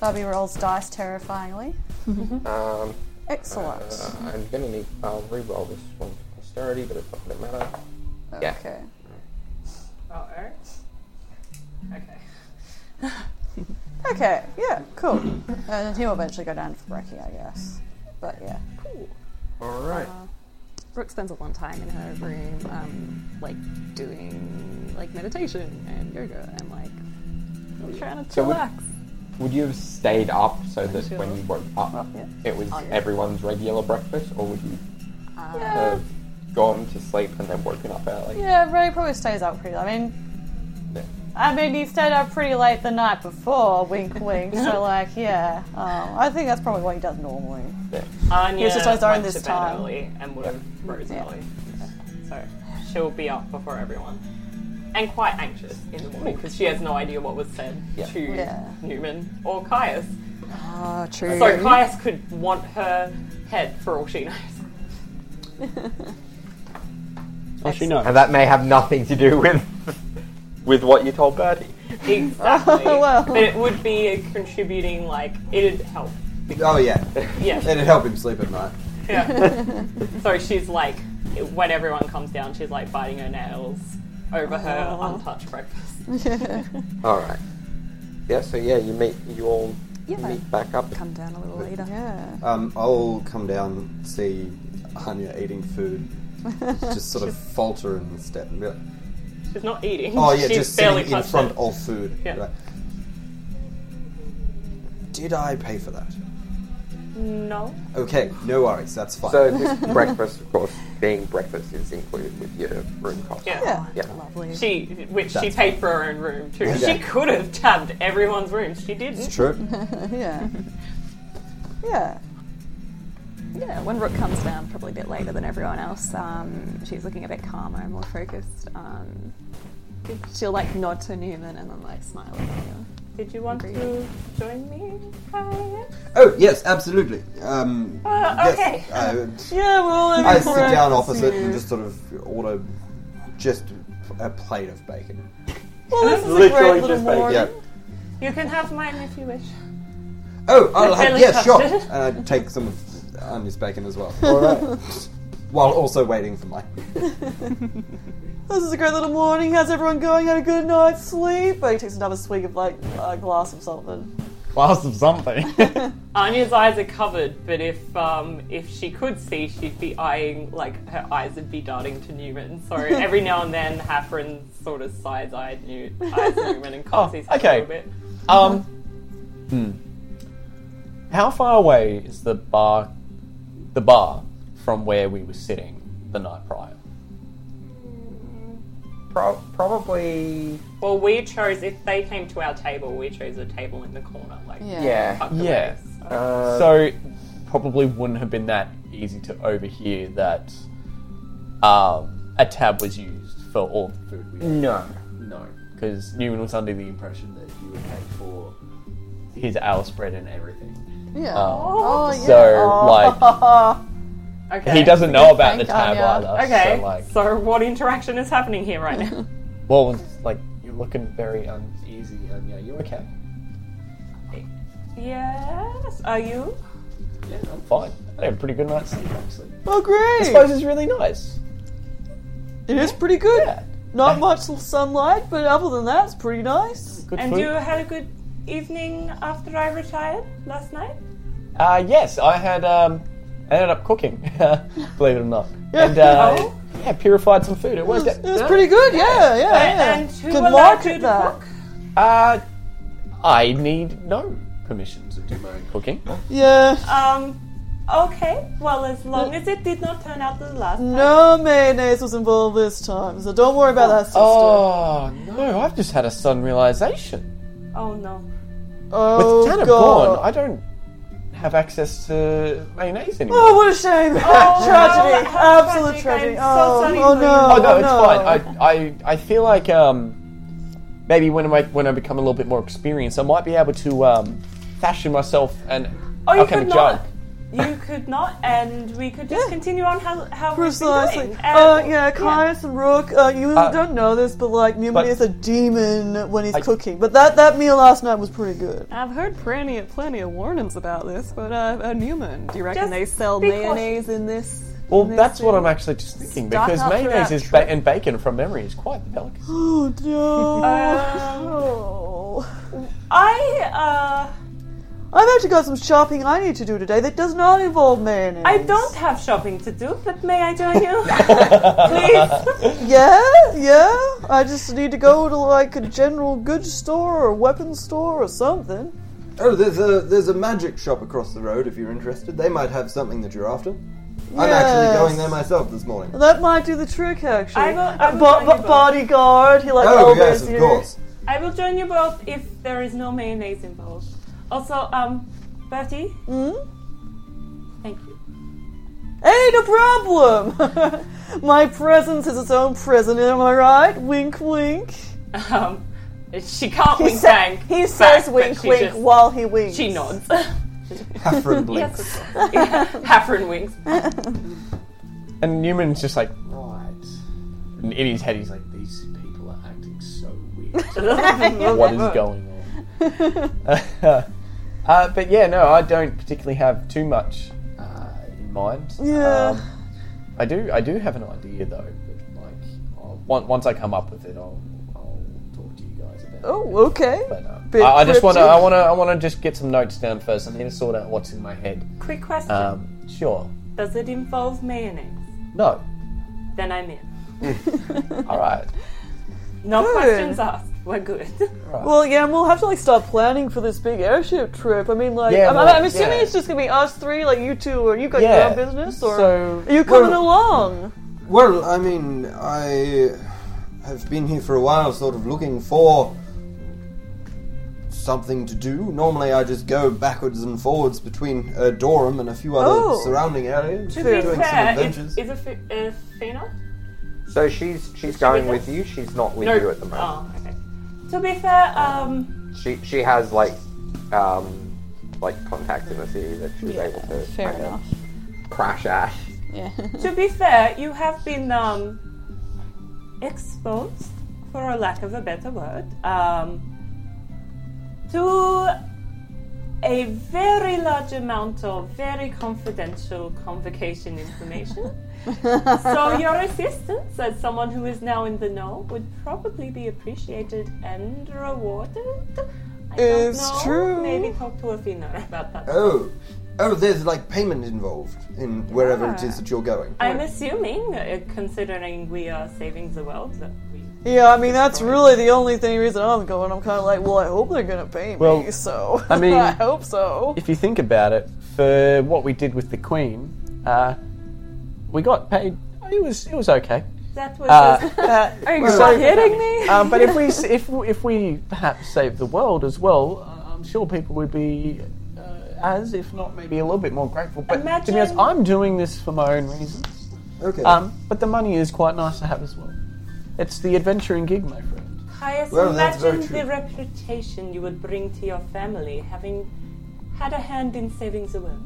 Bobby rolls dice terrifyingly. Um, Excellent. Uh, I'm gonna need. I'll re-roll this one for posterity, but it's not gonna matter. yeah. Okay. Uh oh. Okay. Okay. Yeah. Cool. and then he'll eventually go down for Brecky, I guess. But yeah. All right. Uh, Brooke spends a lot of time in her room, um, like doing like meditation and yoga and like trying to So would- relax. Would you have stayed up so that when you woke up, yeah. it was Oh, yeah. everyone's regular breakfast, or would you have gone to sleep and then woken up early? Yeah. Ray probably stays up pretty. I mean, Yeah. I mean, he stayed up pretty late the night before, wink, wink. so, like, yeah, um, I think that's probably what he does normally. Anya was just like, "Sorry, went this to bed time." early and would have rose Yeah. early. So she'll be up before everyone. And quite anxious in the morning because she has no idea what was said to Yeah. Newman or Caius. Ah, true. So Caius could want her head for all she knows. [laughs] Oh, she knows. And that may have nothing to do with [laughs] with what you told Bertie. [laughs] Exactly. Oh, Well. But it would be a contributing, like, it'd help. [laughs] Oh yeah, Yeah. it'd help him sleep at night. yeah. [laughs] so she's like, when everyone comes down, she's like biting her nails over her untouched breakfast. [laughs] All right. Yeah. So yeah, you meet you all Yeah. meet back up. Come down a little later. Yeah. Um, I'll come down, see Anya eating food, [laughs] just sort of falter in the step and be like, She's not eating. "Oh yeah, she's just barely sitting in touched front it. of food." Yeah. Like, Did I pay for that? No. Okay, no worries, that's fine. So [laughs] this breakfast, of course, being breakfast is included with your room cost. Yeah. Yeah. Lovely. She, which she That's paid for her own room too. Yeah. She could have tabbed everyone's room. She didn't. it's true. [laughs] Yeah. yeah. Yeah, when Rook comes down, probably a bit later than everyone else, um, she's looking a bit calmer and more focused. Um, She'll like nod to Newman and then like smile at you. Did you want to join me? Hi. Oh yes, absolutely. Um, Uh, okay. Yes, I would- Yeah, well, I, I sit down opposite and just sort of order just a plate of bacon. Well, this is a Literally great little just like- morning. Yeah. You can have mine if you wish. Oh, I'll have, barely yeah, touched sure. it. And I'd take some of Anya's bacon as well, [laughs] All right. while also waiting for mine. This is a great little morning. How's everyone going? Had a good night's sleep? But he takes another swig of like a glass of something. Glass of something. Anya's eyes are covered, but if um, if she could see, she'd be eyeing like her eyes would be darting to Newman. [laughs] So every now and then, Hafren sort of sides eyed New- eyes Newman and coxies Oh, oh, [laughs] okay. a little bit. um. hmm. How far away is the bar, the bar, from where we were sitting the night prior? Pro- probably. Well, we chose if they came to our table, we chose a table in the corner, like Yeah. Yeah. tucked away. Yeah. So- Uh, So probably wouldn't have been that easy to overhear that um, a tab was used for all the food we ate. no. No, because Newman was under the impression that you would pay for his ale spread and everything. Yeah. Um, oh, yeah. so like okay. he doesn't know about the Thank tab God, yeah. either. Okay. So like, what interaction is happening here right [laughs] now? well, it's like you're looking very uneasy. And yeah, you okay? yes. Are you? Yeah, I'm fine. I had a pretty good night's sleep actually. Oh, I great! suppose it's really nice. It is pretty good. Yeah. Not much sunlight, but other than that, it's pretty nice. Good And food. you had a good evening after I retired last night? Uh, yes, I had um, I ended up cooking, [laughs] believe it or not, Yeah. and uh, Oh. yeah, purified some food. It It was, worked. it was out. pretty good. Yeah, yeah. yeah. And who Good allowed market you to there. cook? Uh, I need no permission to do my own cooking. Yeah. Um, okay. Well, as long as it did not turn out the last time. No mayonnaise was involved this time, so don't worry about that, sister. Oh no! I've just had a sudden realization. Oh, no. Oh, With Tanner God. Bourne, I don't have access to mayonnaise anymore. Oh, what a [laughs] shame! tragedy, no, how absolute tragic. tragedy. I'm so Oh, sorry for oh no! you. Oh, no, it's no. fine. I, I, I feel like um, maybe when I when I become a little bit more experienced, I might be able to um, fashion myself and Oh, you I can could jug. not. You could not, and we could just Yeah. continue on how, how Precisely. we've been doing. Uh, And- yeah, Caius and Rook. Uh, you Uh, don't know this, but like Newman but- is a demon when he's I- cooking. But that, that meal last night was pretty good. [gasps] I've heard plenty, plenty of warnings about this, but uh, uh Newman, do you reckon Just they sell be cautious. mayonnaise in this? Well, Amazing. that's what I'm actually just thinking Stock because up for mayonnaise that is ba- and bacon from memory is quite the delicacy. Oh no! Um. I, uh, I've actually got some shopping I need to do today that does not involve mayonnaise. I don't have shopping to do, but may I join [laughs] you? Please. Yeah, yeah. I just need to go to like a general goods store or weapons store or something. Oh, there's a there's a magic shop across the road. If you're interested, they might have something that you're after. I'm Yes. actually going there myself this morning. That might do the trick, actually. Uh, I will- I will Bo- join you bo- both. bodyguard. He like Oh elbows yes, of you. course. I will join you both if there is no mayonnaise involved. Also, um, Bertie, Hmm? thank you. Hey, no problem. [laughs] My presence is its own prison. Am I right? Wink, wink. Um, she can't He, wink sa- bang. he back, says but wink, she wink just- while he winks. She nods. [laughs] Hafren blinks. [laughs] yes. yeah, [laughs] Hafren [laughs] winks. And Newman's just like, right. And in his head, he's like, these people are acting so weird. [laughs] what is going on? [laughs] uh, but yeah, no, I don't particularly have too much uh, in mind. Um, Yeah. I do. I do have an idea though. But like, I'll, on- once I come up with it, I'll, I'll talk to you guys about. it. Oh, okay. But um, Bit I, I just want to. cryptic. I want to. I want to just get some notes down first. I need to sort out what's in my head. Quick question. Uh. Um, sure. Does it involve mayonnaise? No. Then I'm in. All right. No Good. questions asked. We're [laughs] good. Well, yeah, and we'll have to like start planning for this big airship trip. I mean, like, Yeah, I'm, well, I'm assuming yeah. it's just gonna be us three, like you two, or you got Yeah. your own business, or So- are you coming Well- along? Well, I mean, I have been here for a while, sort of looking for something to do. Normally, I just go backwards and forwards between uh, Durham and a few other Oh. surrounding areas, to doing be some fair, is, adventures. is a fi- a Fina? So she's she's going with you. She's not with you at the moment. Oh, okay. To be fair, um, She she has like um like contacts in the city that she's able to Fair kind of enough. crash at. Yeah. to be fair, you have been um, exposed, for a lack of a better word, um, to a very large amount of very confidential convocation [laughs] information. so your assistance as someone who is now in the know would probably be appreciated and rewarded. I don't It's know. true. Maybe talk to Athena about that. Oh, oh, there's like payment involved in wherever it is that you're going. I'm assuming, uh, considering we are saving the world, that we. Yeah, I mean that's really the only thing reason I'm going. I'm kind of like, well, I hope they're gonna pay me. Well, so I [laughs] mean- I hope so. If you think about it, for what we did with the Queen, uh, we got paid. It was it was okay. That was Uh, just- [laughs] Are you so- kidding me? [laughs] Um, but if [laughs] we s- if if we perhaps save the world as well, uh, I'm sure people would be uh, as if not maybe a little bit more grateful. But to be honest, Imagine- I'm doing this for my own reasons. Okay. Um, but the money is quite nice to have as well. It's the adventuring gig, my friend. Caius, Well, that's very imagine the true. reputation you would bring to your family having had a hand in saving the world.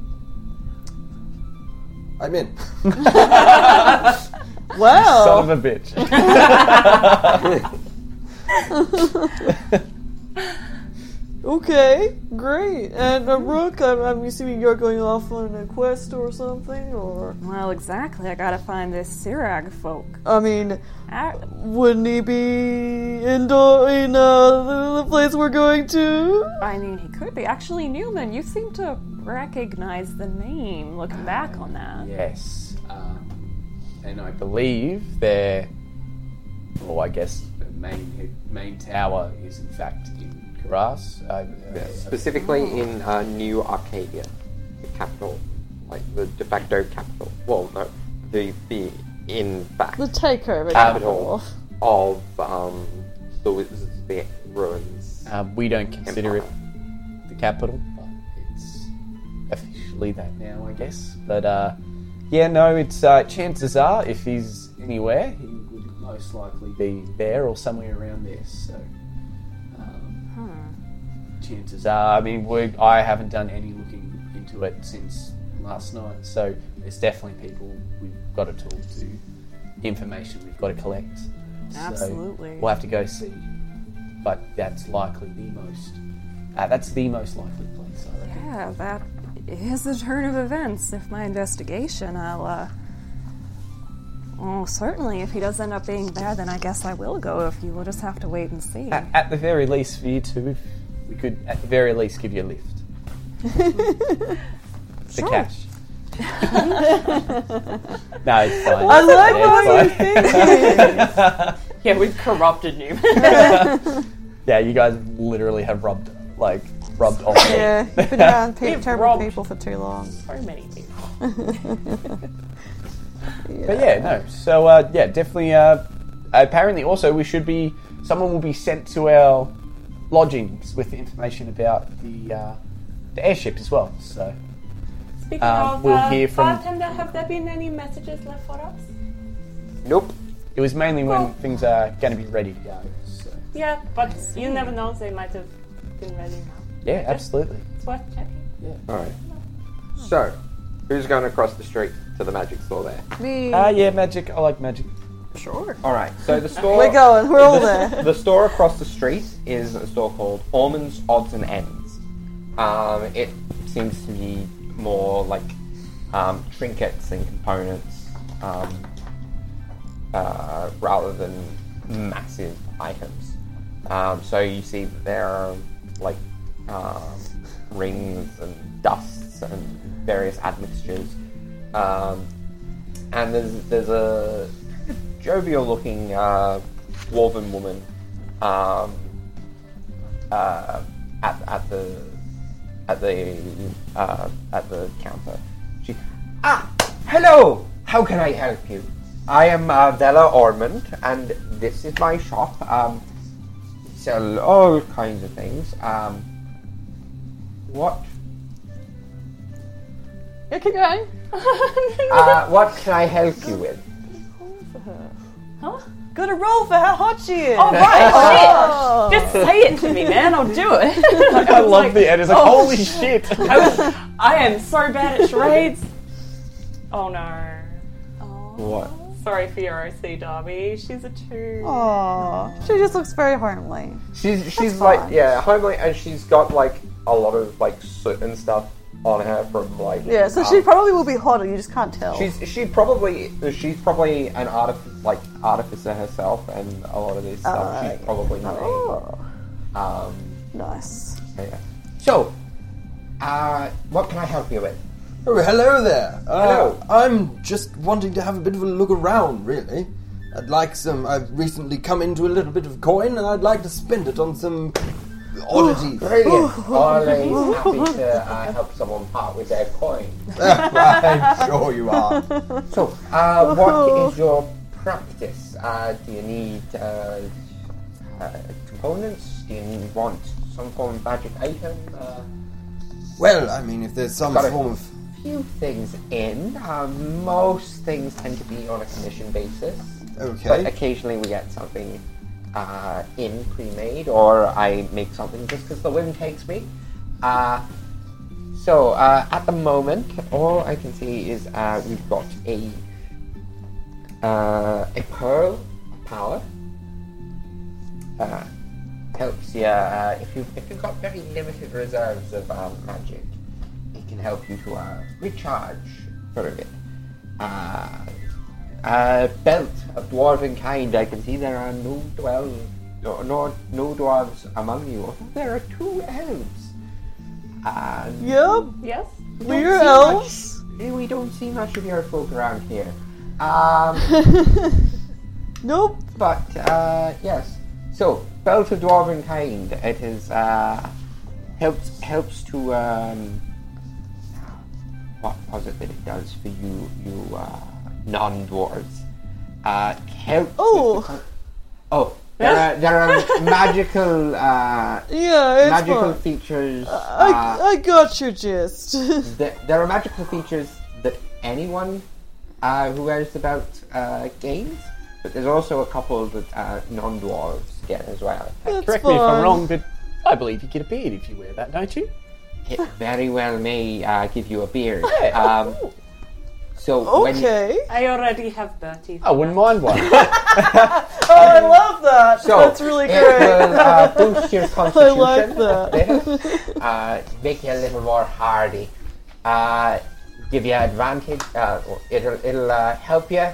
I'm [laughs] in. [laughs] Son of [laughs] a bitch. [laughs] Okay, great. And uh, Rook, I'm, I'm assuming you're going off on a quest or something, or Well, exactly. I gotta find this Sirag folk. I mean, Ah, wouldn't he be indoor in uh, the place we're going to? I mean, he could be. Actually, Newman, you seem to recognize the name looking back on that. Yes. Um, and I believe their, well, I guess the main main tower is in fact in Uh, Karas. I, I- Specifically in uh, New Arcadia, the capital, like the de facto capital. Well, no, the the in fact The takeover. capital of um the Wizards of the ruins. Um, we don't consider it the capital, but it's officially that now, I guess. But uh, yeah, no, it's uh, chances are if he's anywhere, he would most likely be there or somewhere around there. So um, Hmm, chances are, I mean, we're, I haven't done any looking into it since last night, so there's definitely people we've got to talk to, information we've got to collect. So Absolutely. we'll have to go see but that's likely the most. Uh, that's the most likely place, I reckon. Yeah, that is a turn of events. If my investigation, I'll, uh. Oh, certainly. If he does end up being there, then I guess I will go. If you will just have to wait and see. [laughs] At, at the very least, for you two, if we could, at the very least, give you a lift. [laughs] the cash. Ah, [laughs] no, it's fine. I like what you Yeah, we've corrupted [laughs] you. [laughs] Yeah, you guys literally have rubbed, like, rubbed off. me. [laughs] Yeah, you've been around pe- We've terrible robbed. people for too long. so many people. But yeah, no. So uh, yeah, definitely. Uh, apparently, also we should be. Someone will be sent to our lodgings with information about the uh, the airship as well. So Speaking Um, of we'll uh, hear from- bartender, have there been any messages left for us? Nope. it was mainly Cool. when things are going to be ready to go. uh, So Yeah, but you never know. They might have been ready now. yeah, absolutely. It's worth checking. All right. So, who's going across the street to the magic store there? Ah, yeah, magic. I like magic. All right. So the store. We're going. We're all there. the store across the street is a store called Ormond's Odds and Ends. Um, it seems to be more like um, trinkets and components um, uh, rather than massive items. Um, so you see that there are like um, rings and dusts and various admixtures. Um, and there's there's a jovial looking uh, dwarven woman um, uh, at, at the at the uh, at the counter. She ah hello. How can I help you? I am uh, Vela Ormond, and this is my shop. Um, sell all kinds of things. Um, what Yeah, keep going. [laughs] Ah. uh, what can I help you with? Huh? Gotta roll for how hot she is. Oh, [laughs] Oh. right, shit! Just say it to me, man. I'll do it. [laughs] oh, I love the editors. Like, holy shit! [laughs] I, was, [laughs] I am so bad at charades. Oh no. what? Sorry for your OC, Darby. She's a two. Aw. She just looks very homely. She's she's fine. like yeah, homely, and she's got like a lot of like soot and stuff on her from like Yeah, so she probably will be hotter, you just can't tell. she's she probably uh, she's probably an artif- like artificer herself, and a lot of this Oh, stuff she's probably made. Um, nice. so yeah. So, uh, what can I help you with? Oh, hello there. Uh, Hello. I'm just wanting to have a bit of a look around, really. I'd like some. I've recently come into a little bit of coin, and I'd like to spend it on some [gasps] oddities. [laughs] Brilliant. Always happy to uh, help someone part with their coin. [laughs] I'm sure you are. Oh. So, uh, [laughs] what is your practice? Uh, do you need uh, uh, components? Do you need, want some form of magic item? Uh, Well, I mean, if there's some Got it. form of few things in. Uh, most things tend to be on a commission basis. But okay, occasionally we get something uh, in pre-made, or I make something just because the whim takes me. Uh, so uh, at the moment, all I can see is uh, we've got a uh, a pearl of power. Uh, helps you uh, if you if you've got very limited reserves of uh, magic, it can help you to uh, recharge for a bit. Uh, uh, belt of dwarven kind. I can see there are no dwell, no, no, no dwarves among you. I think There are two elves. And Yep, Yes. we're elves. we don't see much of your folk around here. Um, [laughs] [laughs] Nope. But uh, yes, so Belt of Dwarven Kind. It is uh, helps helps to um, what was it that it does for you you uh, non dwarves? Uh, help. Oh. oh, there are [laughs] there are magical uh, Yeah, it's magical fine. features. I, Ah. Uh, I got your gist. [laughs] th- there are magical features that anyone uh, who wears the belt uh, gains, but there's also a couple that uh, non dwarves get as well. That's Correct me if I'm fine. wrong, but I believe you get a beard if you wear that, don't you? It very well may uh, give you a beard. Um, so Oh, when Okay. I already have Bertie. I wouldn't mind Oh, one. I love that. so [laughs] That's really it great. will uh, boost [laughs] your I constitution. like [laughs] that. uh, make you a little more hardy. Uh, give you advantage. Uh, or it'll it'll uh, help you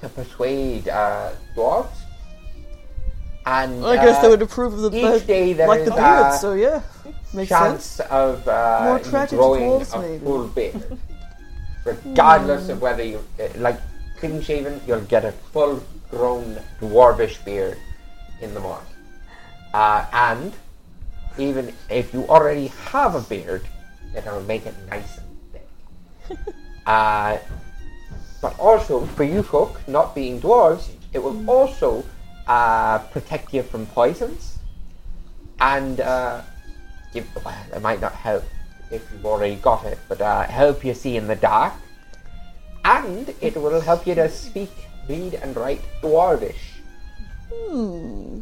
to persuade uh, dwarves. And I guess uh, they would approve of the each bird- day there like is, the beard, ah, uh, so yeah, makes chance sense. of uh, More you tragic growing dwarves, a maybe. full [laughs] beard, regardless of whether you uh, like clean shaven. You'll get a full grown dwarvish beard in the morning, uh, and even if you already have a beard, it'll make it nice and thick. [laughs] uh, but also for you folk not being dwarves, it Mm. will also uh, protect you from poisons and. Uh, give, well, it might not help if you've already got it, but uh, help you see in the dark. And it will help you to speak, read, and write Dwarvish, Hmm.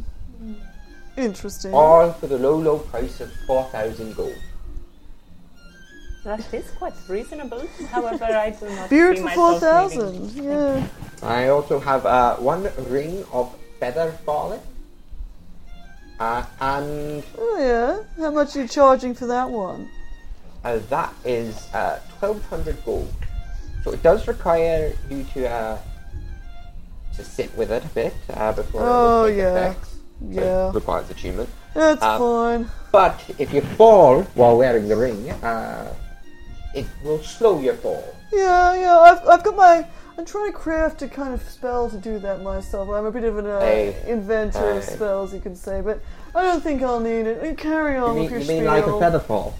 Interesting. all for the low, low price of 4,000 gold. That is quite reasonable. However, I do not Beard see for myself four needing- thousand. Yeah. I also have uh, one ring of feather falling. Uh, and Oh yeah. How much are you charging for that one? uh, that is uh, 1200 gold. So it does require you to uh, to sit with it a bit uh, before Oh, it will take yeah. effect. So it Yeah. requires achievement. That's Um, fine. But if you fall while wearing the ring, uh, it will slow your fall. Yeah, yeah. I've, I've got my. I'm trying to craft a kind of spell to do that myself. I'm a bit of an uh, Hey. inventor of Hey. spells, you could say, but I don't think I'll need it. You carry on with You mean, your you spiel. mean like a feather fall?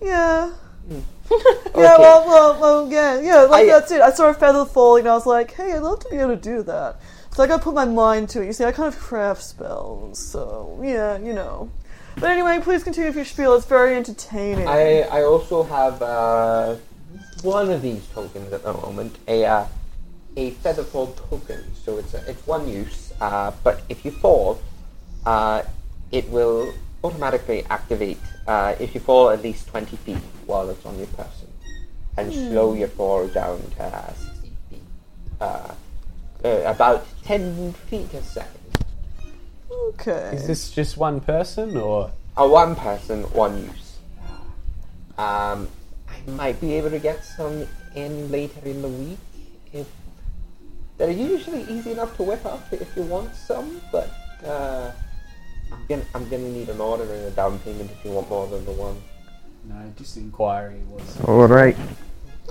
Yeah. [laughs] yeah, well, well, well, yeah, yeah, like Hmm. I- that's it. I saw a feather falling and I was like, hey, I'd love to be able to do that. So I gotta put my mind to it. You see, I kind of craft spells, so yeah, you know. But anyway, please continue with your spiel. It's very entertaining. I, I also have uh, one of these tokens at the moment, a uh, a feather fall token, so it's a, it's one use. Uh, but if you fall, uh, it will automatically activate uh, if you fall at least twenty feet while it's on your person, and slow your fall down to uh, sixty feet, uh, uh, about ten feet a second. Okay. Is this just one person or? A one person, one use. Um, I might be able to get some in later in the week if they're usually easy enough to whip up if you want some, but uh, I'm gonna I'm gonna need an order and a down payment if you want more than the one. No, just inquiry was. All right.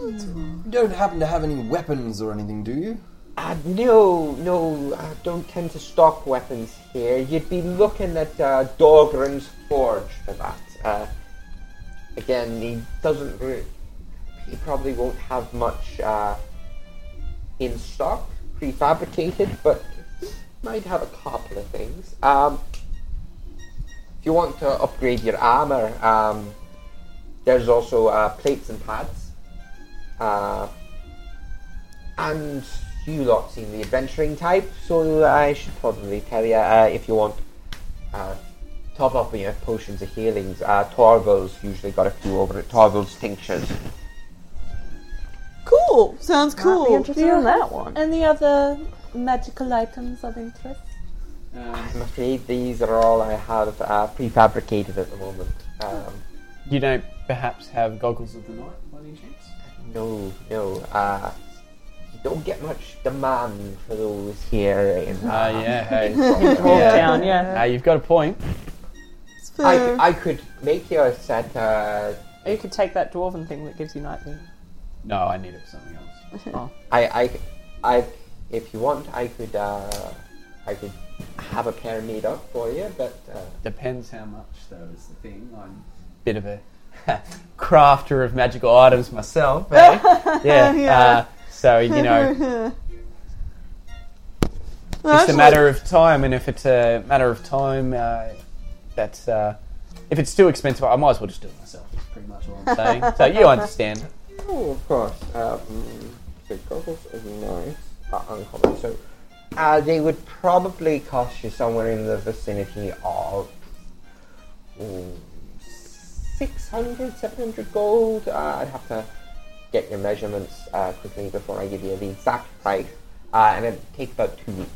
You don't happen to have any weapons or anything, do you? Hmm. Uh, no, no, I don't tend to stock weapons here. You'd be looking at uh, Dahlgren's Forge for that. Uh, again, he doesn't. Re- he probably won't have much uh, in stock, prefabricated, but might have a couple of things. Um, if you want to upgrade your armor, um, there's also uh, plates and pads. Uh, and you lot seem the adventuring type, so I should probably tell you uh, if you want uh, top up on your potions of healings. Uh, Torval's usually got a few over at Torval's Tinctures. Cool. Sounds cool. interested in that one. Any other magical items of interest? [laughs] I'm afraid these are all I have uh, prefabricated at the moment. Um, You don't perhaps have goggles of the night, by any chance? no, no. Uh, you don't get much demand for those here. In, Ah, [laughs] yeah, hey. Down, yeah. Ah, you've got a point. I, I could make you a set. Uh, Or you could take that dwarven thing that gives you night vision. No, I need it for something else. Oh. I, I, I, if you want, I could, uh, I could have a pair made up for you, but uh, Depends how much, though, is the thing. I'm a bit of a [laughs] crafter of magical items myself. [laughs] eh? [laughs] Yeah. Uh, so, you know, it's a matter of time, and if it's a matter of time, uh, that's uh, if it's too expensive, I might as well just do it myself. Is pretty much all [laughs] I'm saying. so you understand? oh, of course, um, the goggles are nice, but uncommon. So, uh, they would probably cost you somewhere in the vicinity of mm, 600, 700 gold. Ah. Uh, I'd have to get your measurements uh, quickly before I give you the exact price, uh, and it'd take about two weeks.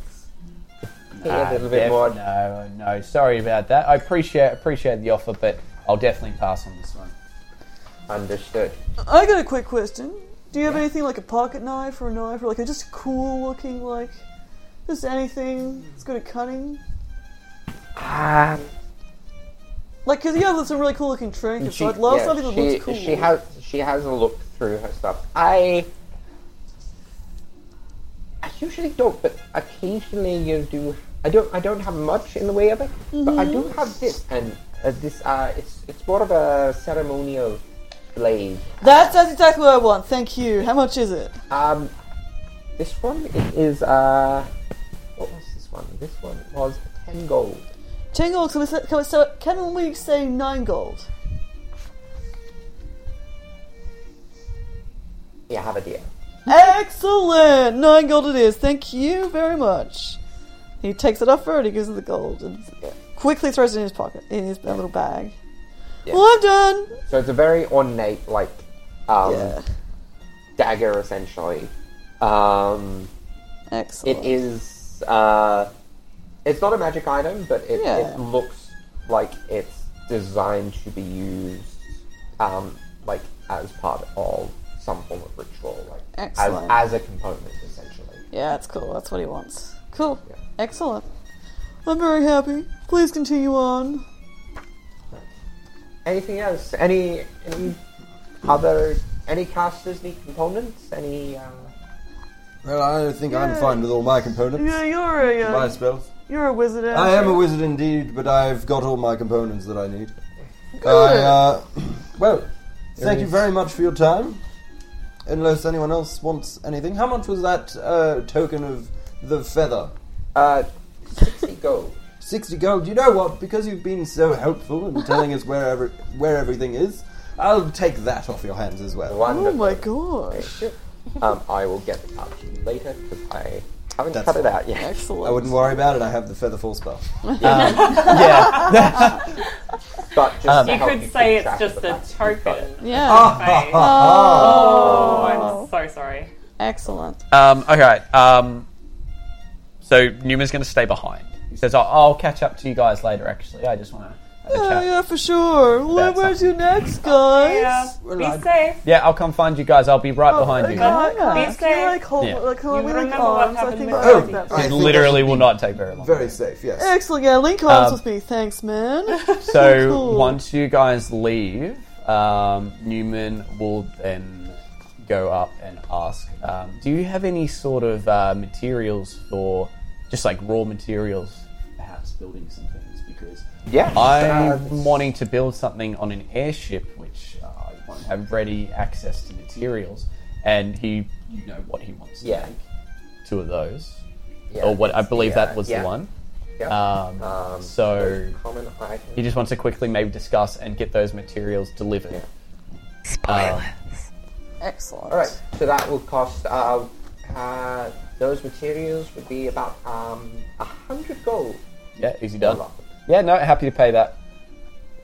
Pay Ah, a little bit def- more. No, no. Sorry about that. I appreciate appreciate the offer, but I'll definitely pass on this one. Understood. I got a quick question. Do you have anything like a pocket knife or a knife or like a just cool looking like just anything that's good at cutting? Um, Like, cause you have some really cool looking trinkets, so I'd love yeah, something that she, looks cool. She has she has a look through her stuff. I I usually don't, but occasionally you do. I don't I don't have much in the way of it, but I do have this and uh, this. Uh, it's it's more of a ceremonial blade. That's, that's exactly what I want. Thank you. How much is it? Um, this one it is uh, what was this one? This one was ten gold. Ten gold. Can we, say- can we, say- can we say nine gold? You have a deal. Excellent! Nine gold it is. Thank you very much. He takes it off her and he gives her the gold and quickly throws it in his pocket, in his little bag. Yeah. Well, I'm done. So it's a very ornate like um, Yeah. dagger essentially. Um, Excellent. It is. Uh, it's not a magic item, but it, Yeah. it looks like it's designed to be used, um, like as part of some form of ritual, like as, Excellent. as a component, essentially. Yeah, that's cool. That's what he wants. Cool. Yeah. Excellent. I'm very happy. Please continue on. Anything else? Any any other any casters need components? Any? Uh, Well, I don't think I'm fine with all my components. Yeah, you're a My uh, spells. you're a wizard. aren't I am you? a wizard indeed, but I've got all my components that I need. I, uh, [clears throat] well, thank you is- very much for your time. Unless anyone else wants anything. How much was that uh, token of the feather? uh, Sixty [laughs] gold. 60 gold. You know what? Because you've been so helpful and telling us where, every, where everything is, I'll take that off your hands as well. Wonderful. Oh my gosh. Um, I will get the pouch later because I haven't That's cut it fine. out yet. I wouldn't worry about it. I have the feather fall [laughs] spell. Um, yeah. But just Um, to You help could keep say it's track of just the a pouch, you've got token. Yeah. Face. Oh, Oh, I'm so sorry. excellent. Um, all right. Um, so Newman's going to stay behind. He says, "I'll, I'll catch up to you guys later. Actually, I just want to have a Oh, chat. yeah, for sure. Where, That's- where's your next, guys? Yeah. Be safe. Yeah, I'll come find you guys. I'll be right behind you." Oh, yeah. Be Can you, safe. like, hold, Yeah. like, You hold me, like, remember what arms? I happened think with I like Cody. that. I It think literally that will should not take very long. be Very safe. Yes. Excellent. Yeah, link arms Um, with me. Thanks, man. [laughs] So Cool. once you guys leave, um, Newman will then go up and ask, um, "Do you have any sort of uh, materials for, just like raw materials, perhaps building some things? Because Yeah. Uh, I'm wanting to build something on an airship, which uh, I won't have ready access to materials, and he, you know, what he wants to Yeah. make, two of those, Yeah, or what I that's the, believe uh, that was yeah, the one. yeah. Um, Um, so." most common item. He just wants to quickly maybe discuss and get those materials delivered. Um, Spoiler. Excellent. All right, so that will cost. Uh, uh, those materials would be about um a hundred gold. yeah, easy done. Unlocked. Yeah, no, happy to pay that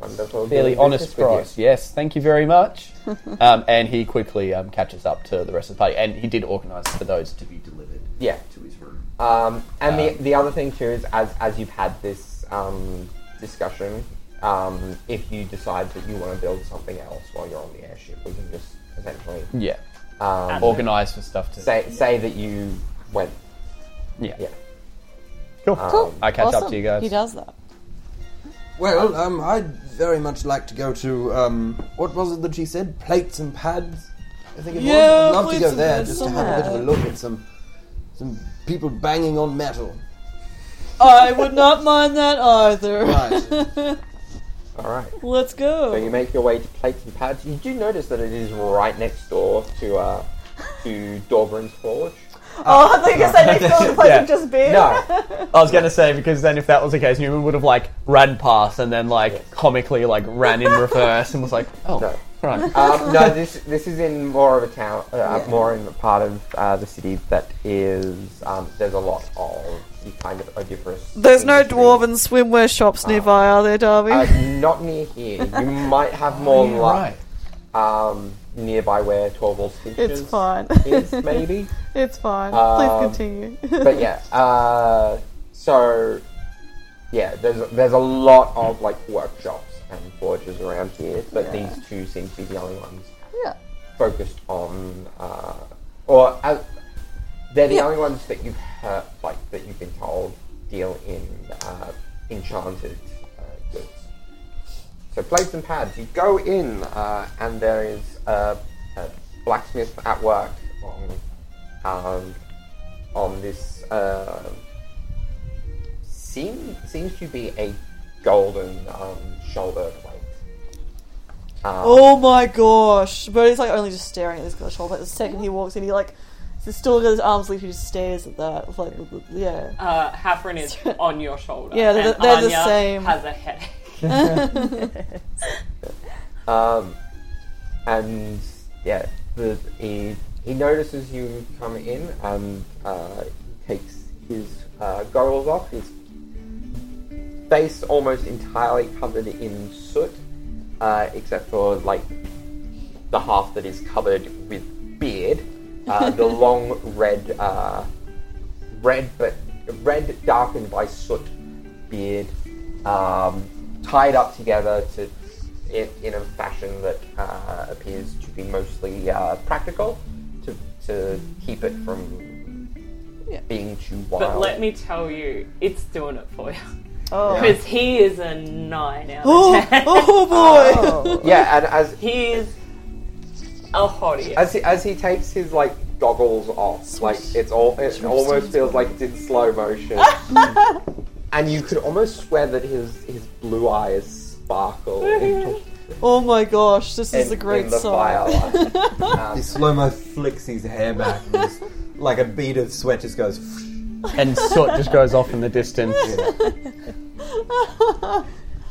Wonderful. fairly Doing honest business with you. price. Yes, thank you very [laughs] much. um, and he quickly um, catches up to the rest of the party, and he did organise for those to be delivered Yeah. to his room. Um, and Uh, the the other thing too is as as you've had this um, discussion, um, if you decide that you want to build something else while you're on the airship, we can just essentially Yeah, um, organise for stuff to. say say that you went. yeah. Yeah. Um, cool. Cool. I catch up Awesome. to you guys. He does that. Well, um, I'd very much like to go to um, what was it that she said? Plates and pads. I think it Yeah, was. I'd love to plates go and there pads [laughs] just to have a bit of a look at some some people banging on metal. I would not mind that either. Right. [laughs] All right. Let's So go. you make your way to plates and pads. You do notice that it is right next door to uh, to Dorvrin's forge. Oh, I thought you were saying they filled the place Yeah. with just beer. No, I was going to say because then if that was the case, Newman would have like ran past and then like comically like ran in reverse and was like, oh, No. right. um, no. This this is in more of a town, uh, more in the part of uh, the city that is. Um, there's a lot of the kind of odoriferous. There's no industry. dwarven swimwear shops nearby, are there, Darby? Ah. Uh, not near here. [laughs] You might have Oh, more luck um, nearby where Torvald's it's Finches fine. is, maybe. [laughs] it's fine. Um, Please continue. but yeah, uh, so yeah, there's there's a lot of like workshops and forges around here, but these two seem to be the only ones Yeah. focused on, uh, or as, they're the only ones that you've heard, like that you've been told deal in uh, enchanted uh, goods. So plates and pads, you go in, uh, and there is a, a blacksmith at work on um, on this uh, seem, seems to be a golden um, shoulder plate. Um, [laughs] Oh my gosh. Birdie's like only just staring at this guy's shoulder. Like, the second he walks in, he like he's still got his arms loose. He just stares at that. It's Like, yeah. Uh, Hafren [laughs] is on your shoulder. Yeah, they're- and they're the Anya same. Has a headache. [laughs] Um, and yeah, the, he he notices you come in and uh, takes his uh, goggles off. His face almost entirely covered in soot, uh, except for like the half that is covered with beard, uh, the long red, uh, red but red darkened by soot beard, um, tied up together to in, in a fashion that uh, appears to be mostly uh, practical to, to keep it from being too wild. But let me tell you, it's doing it for you. Because he is a nine out of [gasps] Oh, ten. [laughs] oh boy. [laughs] [laughs] yeah, and as He is a hottie. As he, as he takes his like goggles off, like it's all it almost feels like it's in [laughs] slow motion, and you could almost swear that his his blue eyes [laughs] sparkle in, Oh my gosh. This is in- a great in the sign. firelight. [laughs] Um, He slow mo flicks his hair back, and just, like a bead of sweat just goes. and soot just goes off in the [laughs] distance. [laughs]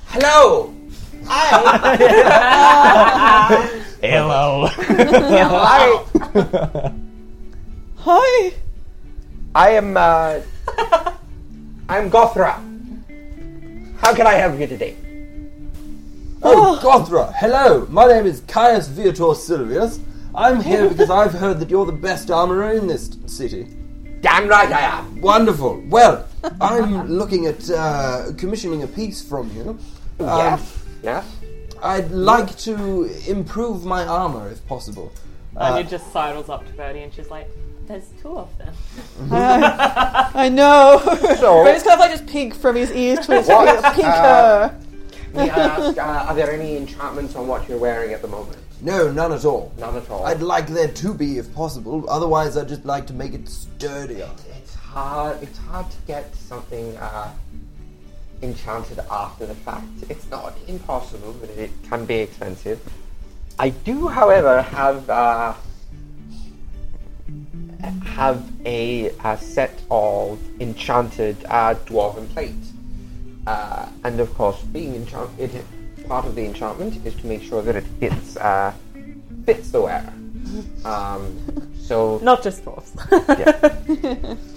Hello, [laughs] Oh. [laughs] Hello. I Hi. I am, uh. I'm Gothra. How can I help you today? Oh, Gothra! Hello! My name is Caius Viator Silvius. [laughs] I'm here because I've heard that you're the best armorer in this city. Damn right I am. Wonderful. [laughs] Well, I'm looking at uh, commissioning a piece from you. Um, Yes. Yes. I'd like to improve my armor if possible. Uh, Uh, Anya just sidles up to Bertie and she's like, "There's two of them." I know. So, [laughs] But it's kind of like just pink from his ears to his What? [laughs] feet. Pink Uh, hair. may I ask, uh, are there any enchantments on what you're wearing at the moment? [laughs] No, none at all. None at all. I'd like there to be if possible. Otherwise, I'd just like to make it sturdier. It's hard. It's hard to get something uh, enchanted after the fact. It's not impossible, but it can be expensive. I do, however, have uh, have a, a set of enchanted uh, dwarven plates, uh, and of course, being enchanted, part of the enchantment is to make sure that it fits uh, fits the wearer. Um, so [laughs] Not just dwarfs. [laughs] um, Put it on,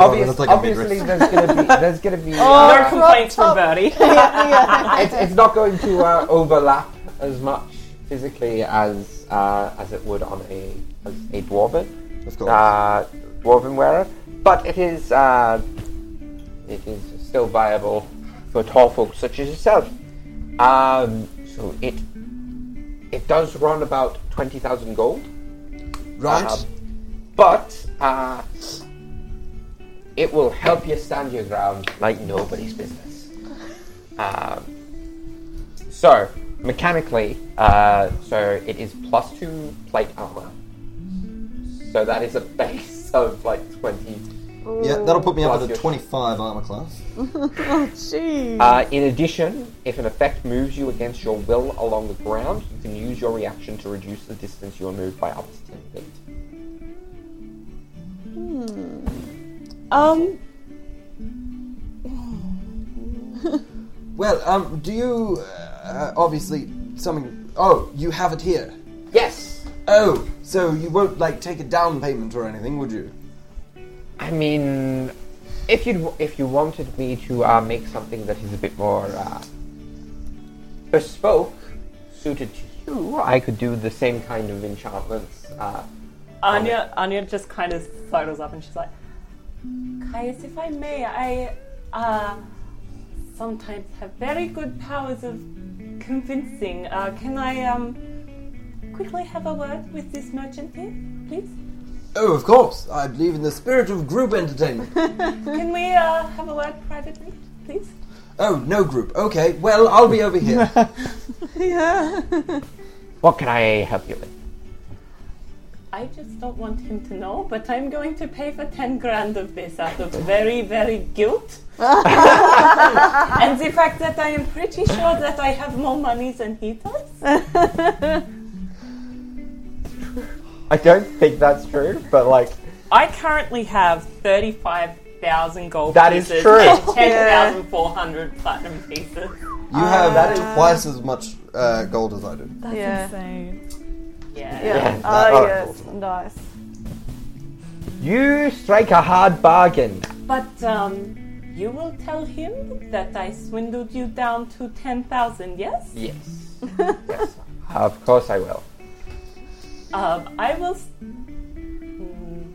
obvious- it's like a obviously, midriff. there's gonna be there's [laughs] gonna be Oh, Oh, No uh, complaints from [laughs] Bertie. [laughs] it's, it's not going to uh, overlap as much physically as uh, as it would on a as a dwarven Of course. uh, dwarven wearer, but it is uh, it is still viable for tall folks such as yourself. Um, so it it does run about twenty thousand gold. right? Um, but uh, it will help you stand your ground like nobody's business. Um, so, mechanically, uh, so it is plus two plate armor. So that is a base [laughs] of like 20. yeah, that'll put me up Plus at a your- 25 armor class. Oh, Jeez. Uh, in addition, if an effect moves you against your will along the ground, you can use your reaction to reduce the distance you are moved by up to 10 feet. Hmm. Um. Well, um, do you. Uh, obviously, something. Oh, you have it here. Yes! Oh, so you won't, like, take a down payment or anything, would you? I mean, if you if you wanted me to uh, make something that is a bit more uh, bespoke, suited to you, I could do the same kind of enchantments. Uh, Anya, Anya just kind of sidles up and she's like, "Caius, if I may, I uh, sometimes have very good powers of convincing. Uh, can I um quickly have a word with this merchant here, [laughs] please? Oh, of course. I believe in the spirit of group [laughs] entertainment. Can we uh, have a word privately, [laughs] please?" oh, no group. Okay, well, I'll be over here. [laughs] what can I help you with? I just don't want him to know, but I'm going to pay for 10 grand of this out [laughs] of very, very guilt. [laughs] and the fact that I am pretty sure that I have more money than he does. I don't think that's true, but like I currently have 35,000 gold That is pieces true. and 10,400 platinum pieces. You have twice as much uh, gold as I do. Yeah. Insane. Yeah. Uh, Yeah. Oh, Oh, yes, yes. Nice. you strike a hard bargain. But um, you will tell him that I swindled you down to 10,000, yes? Yes. yes. Of course I will. Um, I will. s- Hmm.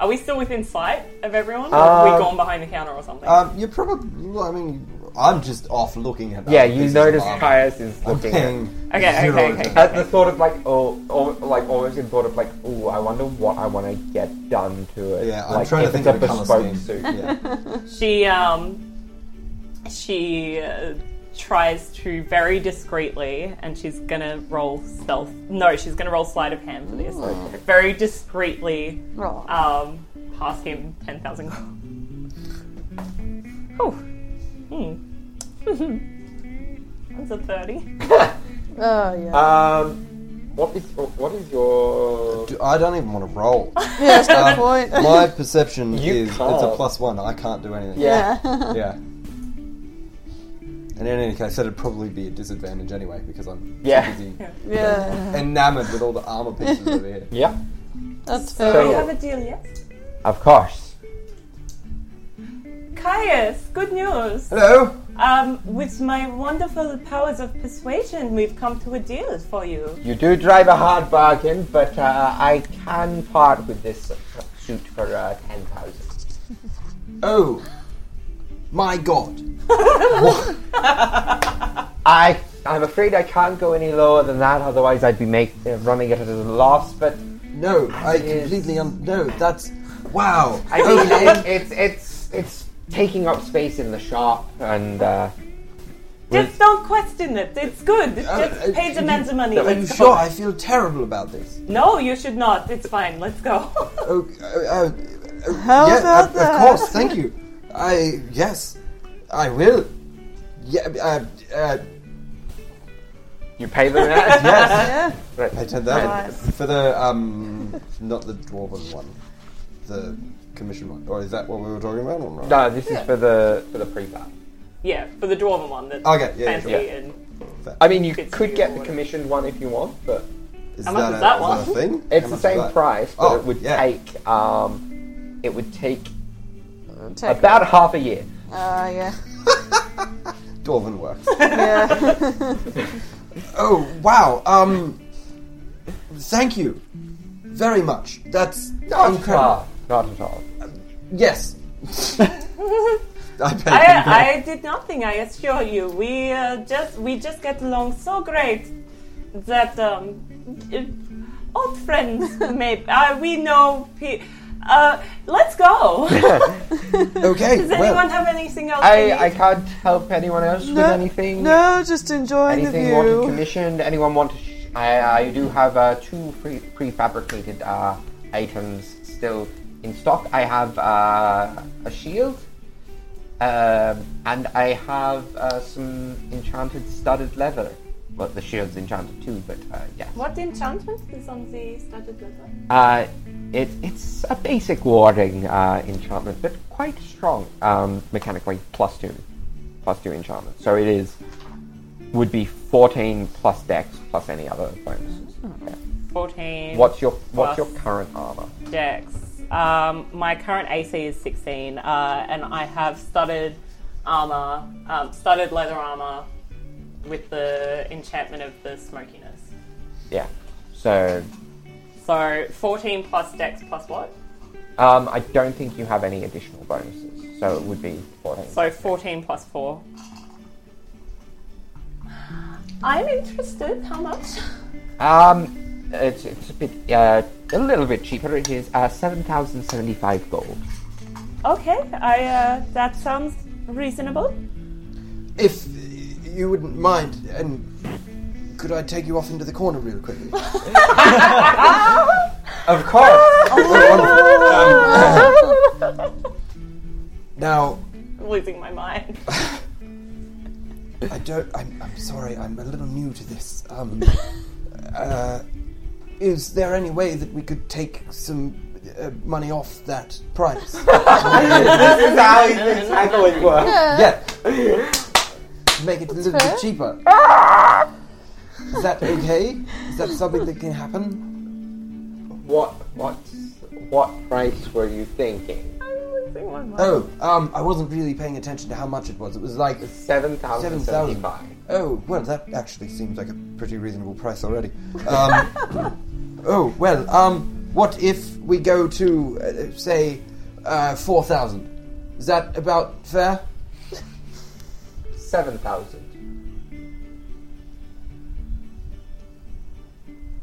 Are we still within sight of everyone? Or have Uh, we gone behind the counter or something? Um, you're probably. well, I mean, I'm just off looking at. Yeah, other you pieces notice of armor. Caius is I'm looking at paying Okay, zero okay, okay. attention. At the thought of like, oh, al- like almost in thought of like, oh, I wonder what I want to get done to it. Yeah, I'm like, trying to if think it's of a a colour bespoke scheme. suit. Yeah. [laughs] she um, she uh, tries to very discreetly, and she's gonna roll stealth. No, she's gonna roll sleight of hand for Oh. this. Very discreetly, Roll. um, pass him ten thousand. oh, hmm. [laughs] That's a thirty. [laughs] Oh yeah. Um, what is what is your? Do- I don't even want to roll. [laughs] yeah. That's the point. Oh. Um, My perception You is it's a can't. plus one. I can't do anything. Yeah, Yeah. And in any case, that'd probably be a disadvantage anyway because I'm too Yeah. busy Yeah, enamored with all the armor pieces over here. [laughs] Yeah. that's Do fair. we have a deal yet? [laughs] Of course. Caius, good news. Hello. Um, with my wonderful powers of persuasion, we've come to a deal for you. You do drive a hard bargain, but uh, I can part with this suit for uh, ten thousand. Oh, my God. [laughs] I I'm afraid I can't go any lower than that, otherwise I'd be make, uh, running it at a loss. But No, I Yes. completely un- no. That's wow. I mean, it, it's it's it's taking up space in the shop, and uh, Just don't question it. It's good. Uh, Just uh, pay the you- man's money. Are you Let's sure? go. I feel terrible about this. No, you should not. It's fine. Let's go. [laughs] Oh, uh, uh, uh, How yeah, about of- that? Of course, thank you. I yes, I will. Yeah, uh, uh, you pay [laughs] them. yeah. [laughs] Yeah. I did that for the um, not the dwarven one, the commission one. Or is that what we were talking about? Or not? No, this is for the for the prefab. yeah, for the dwarven one. That's Okay, yeah, fancy yeah. and I mean, you It's could the get the award. commissioned one if you want, but Is How much a, is that Is that one? a thing? it's How the much is same that? price. But Oh, it would yeah. take um, it would take Take about half a year. Uh, yeah. Dwarven works. Yeah. oh wow. Um, thank you very much. That's incredible. Not at all. [laughs] Yes. I paid them back. I, I did nothing. I assure you. We uh, just we just get along so great that um, it- old friends. [laughs] Maybe uh, we know. Pe- uh, let's go. [laughs] Okay. Does well, anyone have anything else? they I, need? I can't help anyone else with No, anything. No, just enjoying anything the wanted view. commissioned? Anyone want? To sh- I, I do have uh, two pre- prefabricated uh, items still in stock. I have uh, a shield, um, and I have uh, some enchanted studded leather. Well, the shield's enchanted too, but uh, yeah. What enchantment is on the studded leather? Uh, it, it's a basic warding uh, enchantment, but quite strong um, mechanically. Plus two, plus two enchantment. So it is would be fourteen plus dex plus any other bonuses. Oh, Yeah. 14. What's your What's your Plus. current armor? Dex. Um, my current AC is 16, uh, and I have studded armor, um, studded leather armor with the enchantment of the smokiness. Yeah. So So 14 plus Dex plus what? um, I don't think you have any additional bonuses. So it would be fourteen. So 14 plus 4. I'm interested. How much? um, it's, it's a bit uh, a little bit cheaper. It is uh, seven thousand seventy five gold. Okay, I uh, that sounds reasonable. if you wouldn't mind, and could I take you off into the corner real quickly? [laughs] Of course. [laughs] Oh, wonderful. Um, now, I'm losing my mind. [laughs] I don't. I'm, I'm sorry. I'm a little new to this. [laughs] Um, uh, is there any way that we could take some uh, money off that [laughs] price? this is how it's tackling works. yeah. Make it a little bit cheaper. Is that okay? Is that something that can happen? What what what price were you thinking? Oh, um, I wasn't really paying attention to how much it was. It was like Seven thousand seventy-five. Oh, well, that actually seems like a pretty reasonable price already. Um, [laughs] oh, well, um, what if we go to, uh, say, uh, 4,000? Is that about fair? Seven thousand.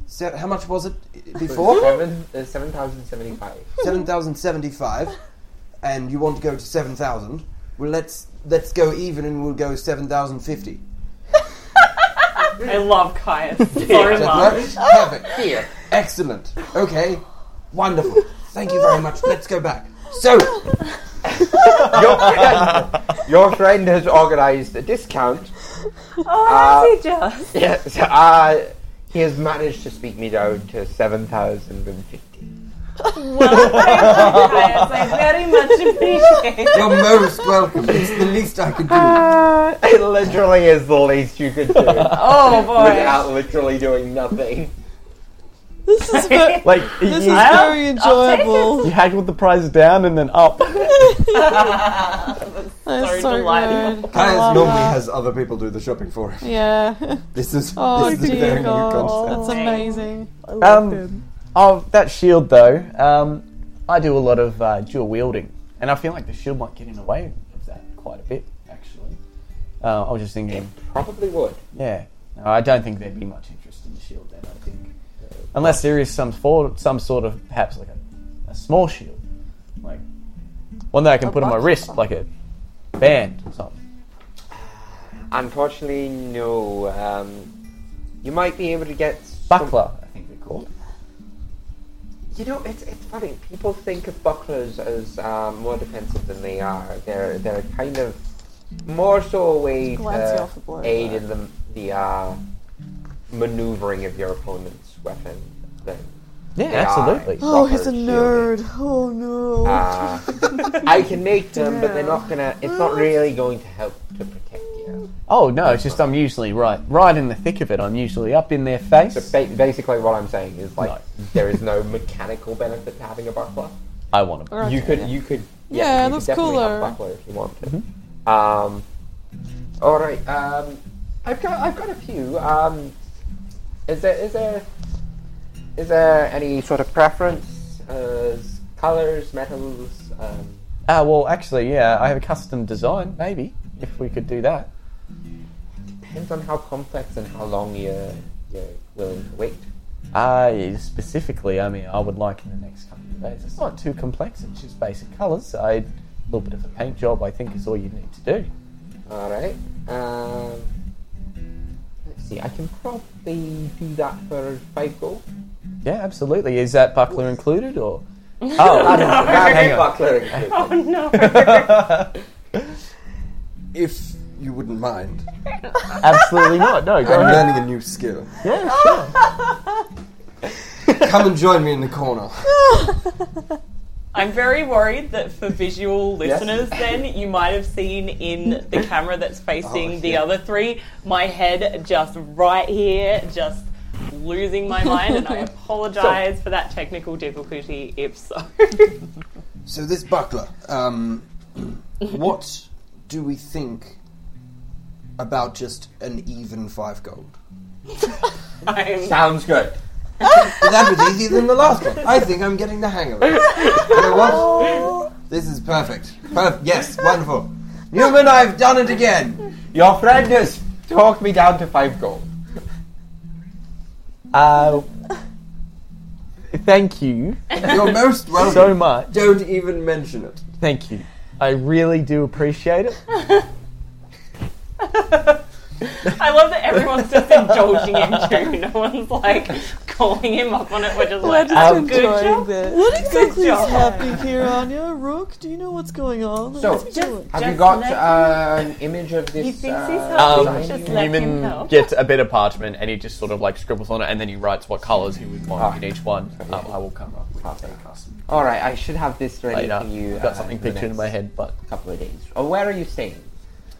Se- how much was it before? Seven uh, seven thousand seventy-five. 7,075, and you want to go to 7,000. Well, let's let's go even and we'll go 7,050. I love Caius so Does much. that work? Perfect. Excellent. Okay. Wonderful. Thank you very much. Let's go back. [laughs] So, Your friend, your friend has organised a discount. Oh, I see just. Yes. Uh, he has managed to speak me down to seven thousand and fifty. I very much appreciate You're most welcome. It's the least I could do. [laughs] Uh, It literally is the least you could do [laughs] Oh boy. without literally doing nothing. This is very, [laughs] Like you, this is you very enjoyable. [laughs] [laughs] haggled the price down and then up. That's Sorry, so delightful. good. I Caius love normally that. has other people do the shopping for [laughs] him. Yeah. [laughs] This is Oh this is a dear very new God, concept. that's amazing. I love Um, oh, that shield though. Um, I do a lot of uh, dual wielding, and I feel like the shield might get in the way of that quite a bit. Actually, uh, I was just thinking. Probably would. Yeah, no, I don't think there'd be much interest in the shield then. I think, unless there is some for, some sort of perhaps like a, a small shield, like one that I can put on my wrist, like a band or something. Unfortunately, no. Um, you might be able to get some- Buckler, I think they're called. You know, it's, it's funny. People think of bucklers as um, more defensive than they are. They're they're kind of more so a way Glancing to off the blow, aid in the the uh, maneuvering of your opponent's weapon than Yeah, they are absolutely. in Oh, proper he's a shielding. nerd. Oh no. Uh, [laughs] I can make them, but they're not gonna. It's not really going to help to protect you. Oh no, it's just I'm usually right, right in the thick of it. I'm usually up in their face. So ba- basically, what I'm saying is like [laughs] No. there is no mechanical benefit to having a buckler. I want them. You could, you could, Yeah, you could that's definitely have cooler. Buckler if you want to. Mm-hmm. Um, all right, um, I've got, I've got a few. Um, is there, is there, is there any sort of preference? Uh, colors, metals? Um, Ah, well, actually, yeah, I have a custom design. Maybe if we could do that. depends on how complex and how long you're, you're willing to wait. I Uh, specifically, I mean, I would like in the next couple of days. It's not too complex. It's just basic colours. I a little bit of a paint job. I think is all you need to do. All right. Um, let's see. I can probably do that for five gold. Yeah, absolutely. Is that buckler [laughs] included or? Oh, hang on. [laughs] Buckler included. [laughs] Oh, [laughs] If you wouldn't mind, absolutely not. No, go I'm ahead. learning a new skill. Yeah, sure. [laughs] Come and join me in the corner. I'm very worried that for visual listeners, then you might have seen in the camera [laughs] that's Oh, facing the other three, my head just right here, just losing my mind, and I [laughs] apologise for that technical difficulty. If so, So this buckler, um, what do we think about just an even five gold? I'm Sounds good. But that was easier than the last one. I think I'm getting the hang of it. You know what? This is perfect. Perfect. Yes, wonderful. Newman, I've done it again. Your friend has talked me down to five gold. Uh, thank you You're most welcome. so much. Don't even mention it. Thank you. I really do appreciate it. I love that everyone's just indulging him too. No one's like calling him up on it. We're just like, Um, good job. What exactly is job. happening here, Anya? Rook, do you know what's going on? So- What's he doing? Have Just you got let [laughs] uh, an image of this? He thinks he's uh, helping, design just you- let him Newman help. Um, gets a bit of parchment and he just sort of like scribbles on it and then he writes what colours he would want in each one. Ah. Um, I will come up with a custom All right, I should have this ready later. for you. I've got uh, something in the pictured in next my head, but Couple of days. Oh, where are you staying?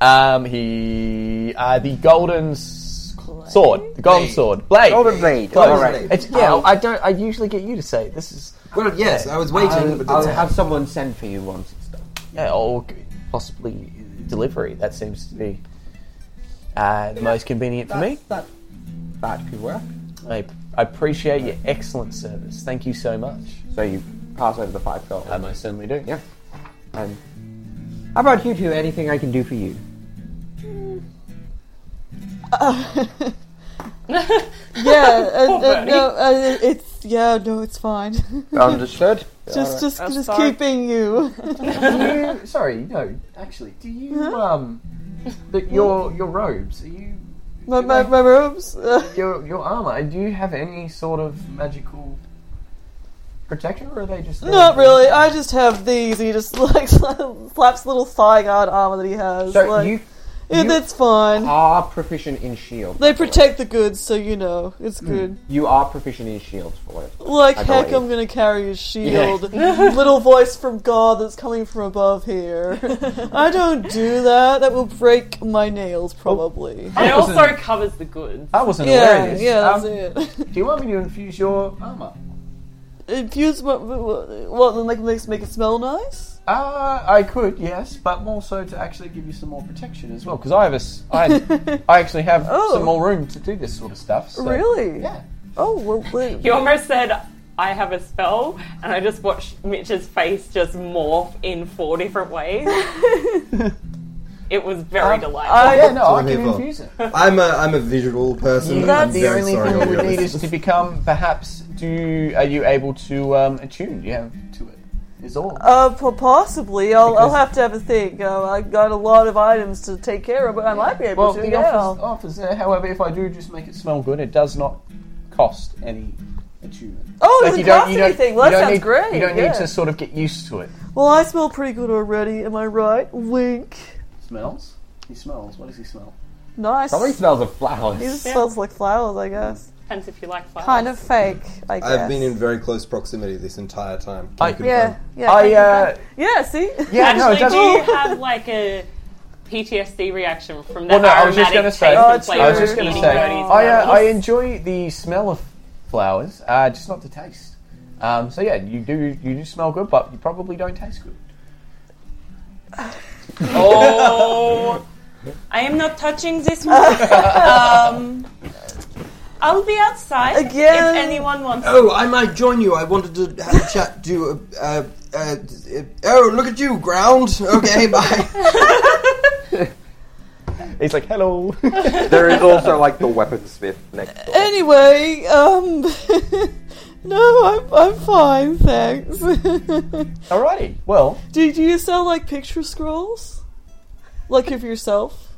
um, he uh, the golden s- sword, the golden Blade. sword, blade, Golden blade. Close. All right. Blade. It's, yeah, I don't. I usually get you to say it. this is Well, yes, I was waiting, but I'll, that's I'll have someone send for you once it's done. yeah, or possibly delivery. That seems to be uh, the most convenient for me. That that could work. I I appreciate your excellent service. Thank you so much. So you pass over the five gold. I most certainly do. yeah. And how about you two? Anything I can do for you? yeah, and, and, uh, no, uh, it's yeah, no, it's fine. [laughs] Understood. just, just, just sorry. keeping [laughs] you. Do [laughs] you, sorry, no. Actually, do you um, the, your your robes? Are you My, my, my robes. [laughs] Uh, your your armor? Do you have any sort of magical protection, or are they just there? not really. I [laughs] just have these. He just like slaps the little thigh guard armor that he has. So like, you Yeah, You- that's fine. Are proficient in shield. They protect the goods, so you know it's Hmm. Hmm. good. You are proficient in shields for what it's worth. Like I heck, believe. I'm gonna carry a [laughs] shield. [laughs] Little voice from God that's coming from above here. I don't do that. That will break my nails, probably. It also covers the goods. Oh. I wasn't aware of Yeah, this. yeah, that's Um, it. Do you want me to infuse your armor? Infuse what? What? Like makes make it smell nice? Uh, I could, yes, but more so to actually give you some more protection as well, because Oh, I have a, s- I, I actually [laughs] have Oh. some more room to do this sort of stuff. so- Really? Yeah. Oh well. Wait. You almost said, I have a spell, and I just watched Mitch's face just morph in four different ways. it was very delightful. Oh, yeah, So no, I I'm here can for- infuse it. I'm a I'm a visual person. I'm That's- the very only sorry thing to that we all your need is listeners. to become, perhaps, do are you able to um, attune? You have to it. Is all. Uh, po- possibly. I'll, I'll Because- have to have a think. Uh, I got a lot of items to take care of, but I might be able well, to. the oh. Yeah. Oh, offers, offers there. However, if I do just make it smell good, it does not cost any attunement. Oh, it you doesn't don't- cost you don't- anything. Well, you that don't sounds need- great. You don't yeah. need to sort of get used to it. Well, I smell pretty good already. Am I right? Wink. Smells. He smells. What does he smell? Nice. Probably smells of It flowers. just smells like flowers, I guess. Depends if you like flowers. Kind of fake, I guess. I've been in very close proximity this entire time. Can I- you confirm? Yeah. Yeah. I uh, yeah. See. yeah, no, Actually, it doesn't. do you have like a PTSD reaction from Well, that no, I aromatic was just gonna taste say. Oh, and it's flavor I was just of going to eating say. birdies? I, uh, I enjoy the smell of flowers, uh, just not the taste. Um, so yeah, you do you do smell good, but you probably don't taste good. Oh, [laughs] I am not touching this one. um, I'll be outside if Again. anyone wants. Oh, I might join you. I wanted to have a chat. Do uh, uh, uh, oh, look at you, ground. Okay, [laughs] bye. It's like [laughs] hello. there is also like the weaponsmith next door. Anyway, um, [laughs] no, I'm I'm fine, thanks. [laughs] Alrighty. Well, do, do you sell like picture scrolls, like of yourself?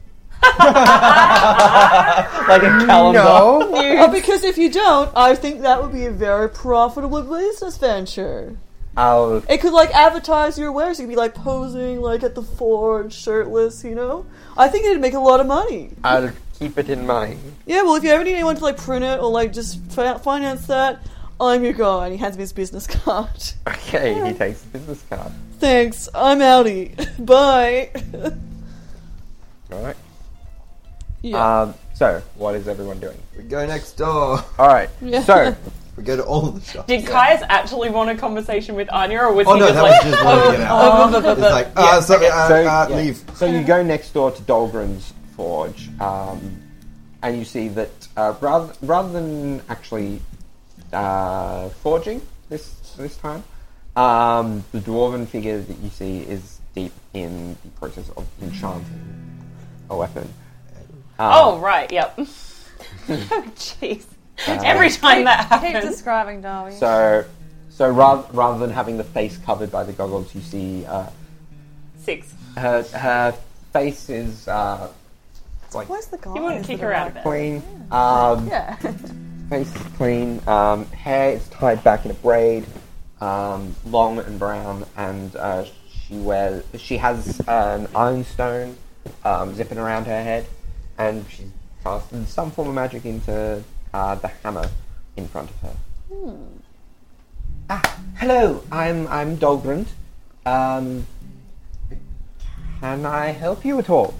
like a calendar. Oh, because if you don't, I think that would be a very profitable business venture. I'll It could like advertise your wares. You could be like posing like at the forge, shirtless. You know, I think it'd make a lot of money. I'll keep it in mind. [laughs] Yeah, well, if you ever need anyone to like print it or like just fi- finance that, I'm your guy. And he hands me his business [laughs] card. Okay, he takes the business card. Thanks, I'm outie. [laughs] Bye. Alright. yeah. Um, so, what is everyone doing? we go next door. Alright, so, [laughs] We go to all the shops. Did Caius actually want a conversation with Anya, or was Oh he no, just that like, was just one to get out. Oh, It's like, uh, sorry, uh, so, uh, yeah. leave. so you go next door to Dolgren's forge, um, and you see that uh, rather, rather than actually uh, forging this this time, um, the dwarven figure that you see is deep in the process of enchanting a weapon. Uh, "Oh right, yep." [laughs] oh jeez. Every time that Keep happens, describing, Darby. Uh, So, so rather, rather than having the face covered by the goggles, you see uh, six. her her face is uh, like Where's the guy? You wouldn't kick her out of bed. clean. [laughs] Um, Yeah. Face is clean. Um, hair is tied back in a braid, um, long and brown, and uh, she wears she has an ironstone um, zipping around her head, and she's casting some form of magic into uh, the hammer in front of her. Hmm. Ah, hello. I'm I'm Dolgrand. Um, can I help you at all? Uh,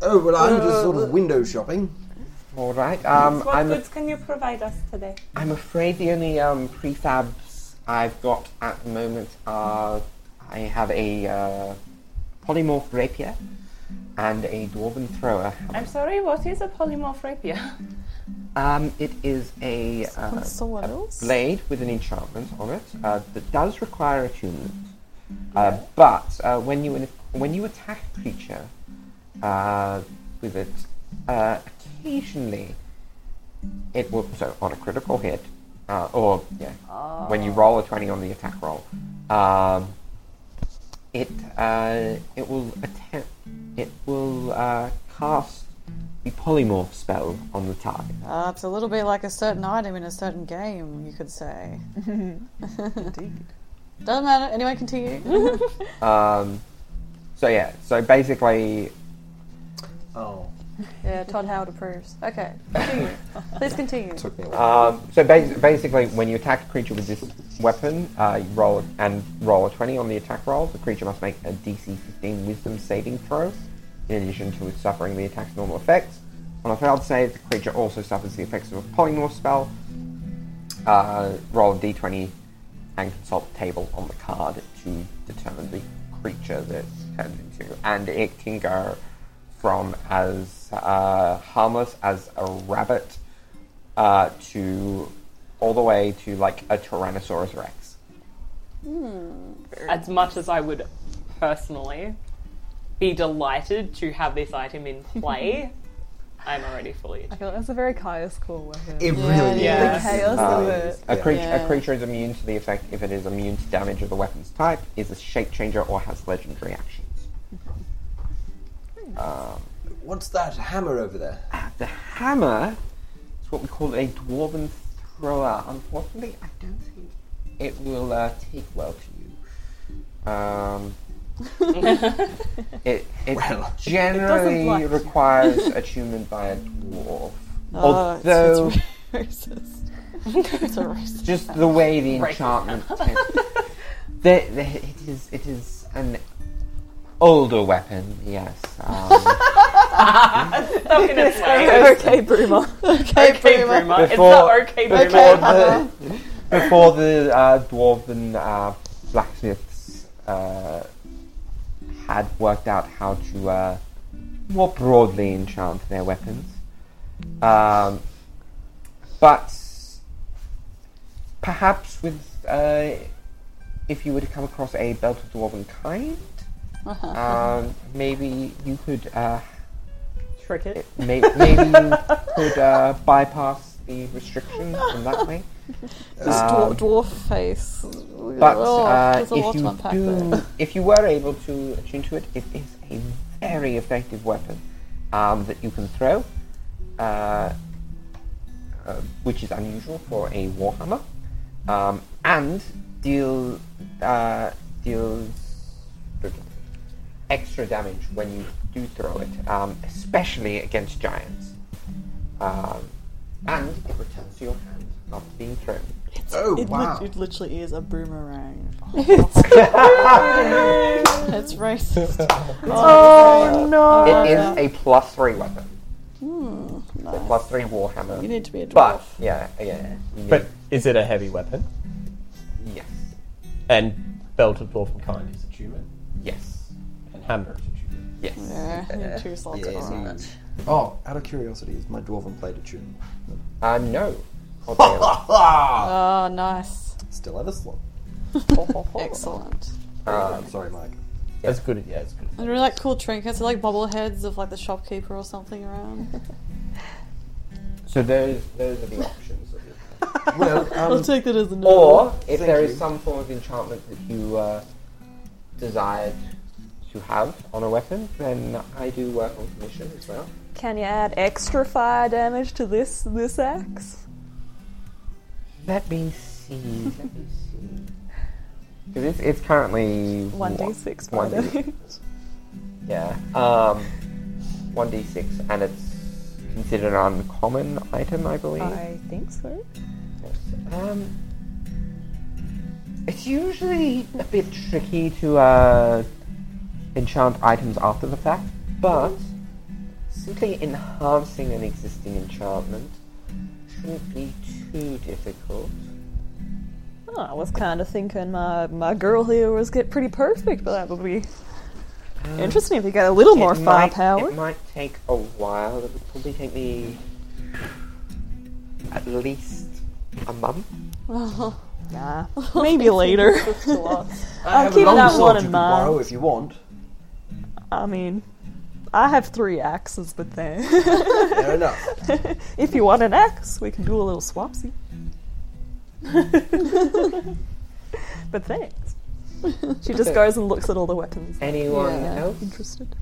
Oh, well, I'm just sort of window shopping. All right. Um, What I'm a- goods can you provide us today? I'm afraid the only um, prefabs I've got at the moment are I have a uh, polymorph rapier and a dwarven thrower. I'm sorry. What is a polymorph rapier? Um, it is a, uh, Someone else? blade with an enchantment on it uh, that does require attunement. Uh, But uh, when you when you attack a creature uh, with it, uh, occasionally it will so on a critical hit uh, or yeah when you roll a twenty on the attack roll, um, it uh, it will attempt it will uh, cast the polymorph spell on the target. Uh, it's a little bit like a certain item in a certain game, you could [laughs] say. Indeed. [laughs] Doesn't matter. Anyway, continue. Um, so yeah, so basically, Oh. Yeah, Todd Howard approves. Okay, [laughs] continue. please continue. Took me a while. Um, so bas- basically, when you attack a creature with this weapon, uh, you roll and roll a twenty on the attack roll. The creature must make a DC fifteen Wisdom saving throw, in addition to suffering the attack's normal effects. On a failed save, the creature also suffers the effects of a polymorph spell. Uh, roll d d20 and consult the table on the card to determine the creature that it's turned into, and it can go from as uh, harmless as a rabbit uh, to all the way to like a Tyrannosaurus Rex. Hmm. As much as I would personally be delighted to have this item in [laughs] play, I'm already fully. I feel like that's a very Caius core weapon. It really yeah. is. The chaos Um, of it. A, creature, Yeah. a creature is immune to the effect if it is immune to damage of the weapon's type, is a shape changer, or has legendary actions. Um, What's that hammer over there? The hammer is what we call a dwarven thrower. Unfortunately, I don't think it will uh, take well to you. Um, it it Well. generally like- requires attunement by a dwarf. Oh, it's- Ah, Although, it's racist. it's a racist. [laughs] just the way the Right. [laughs] enchantment. the, the, it is it is an older weapon. Yes. Um, Not gonna play. okay, Bruma. Okay, Okay, Bruma. Bruma. It's Before- not okay, Bruma. before the [laughs] before the uh, dwarven uh, blacksmiths uh, had worked out how to uh, more broadly enchant their weapons, um, but perhaps with uh, if you were to come across a belt of dwarven kind, um, maybe you could. Uh, Trick it. May- Maybe you could uh, bypass the restrictions in that way. This Uh, dwar- Um, dwarf face. But oh, uh, there's a lot if to you unpack there. [laughs] [laughs] do, if you were able to attune to it, it is a very effective weapon um, that you can throw, uh, uh, which is unusual for a warhammer, um, and deal uh, deals extra damage when you do throw it, um, especially against giants. Um, and it returns to your hand after being thrown. Oh, It, wow. lit- it literally is a boomerang. [laughs] it's [laughs] racist. Oh, no. It is a plus three weapon. Hmm. [laughs] nice. Plus three warhammer. Oh, You need to be a dwarf. but yeah, yeah. you But need- is it a heavy weapon? yes, And belt of dwarven kind is attunement, yes, and hammer is attunement. yes. yeah, you need two salts yeah, on yeah. it. Oh, out of curiosity, is my dwarven plate attuned? Uh, no. [laughs] Oddly Oh, nice. Still have a slot. [laughs] Excellent. enough. I'm sorry, Mike. That's good. Yeah, it's good. And really like cool trinkets, like bobbleheads of like the shopkeeper or something around. so those those are the options. That you [laughs] have. Well, um, Take that as a no. Or if Thank there is you. some form of enchantment that you uh, desired to have on a weapon, then I do work on commission as well. Can you add extra fire damage to this this axe? Let me see. Let me see. 'Cause it's, it's currently One d six fire one d- damage. [laughs] Yeah. Um, one d six, and it's considered an uncommon item, I believe. I think so. Um, it's usually a bit tricky to uh, enchant items after the fact, but simply enhancing an existing enchantment shouldn't be too difficult. Oh, I was kind of thinking my, my girl here was get pretty perfect, but that would be Mm. interesting if you got a little more it [laughs] might, firepower. It might take a while. It would probably take me at least a month. [laughs] Nah, maybe later. [laughs] I have keep another that sword one you in could mind. borrow if you want. I mean, I have three axes, but then Fair enough. [laughs] if you want an axe, we can do a little swapsy. but thanks. She just goes and looks at all the weapons. Anyone else? Interested?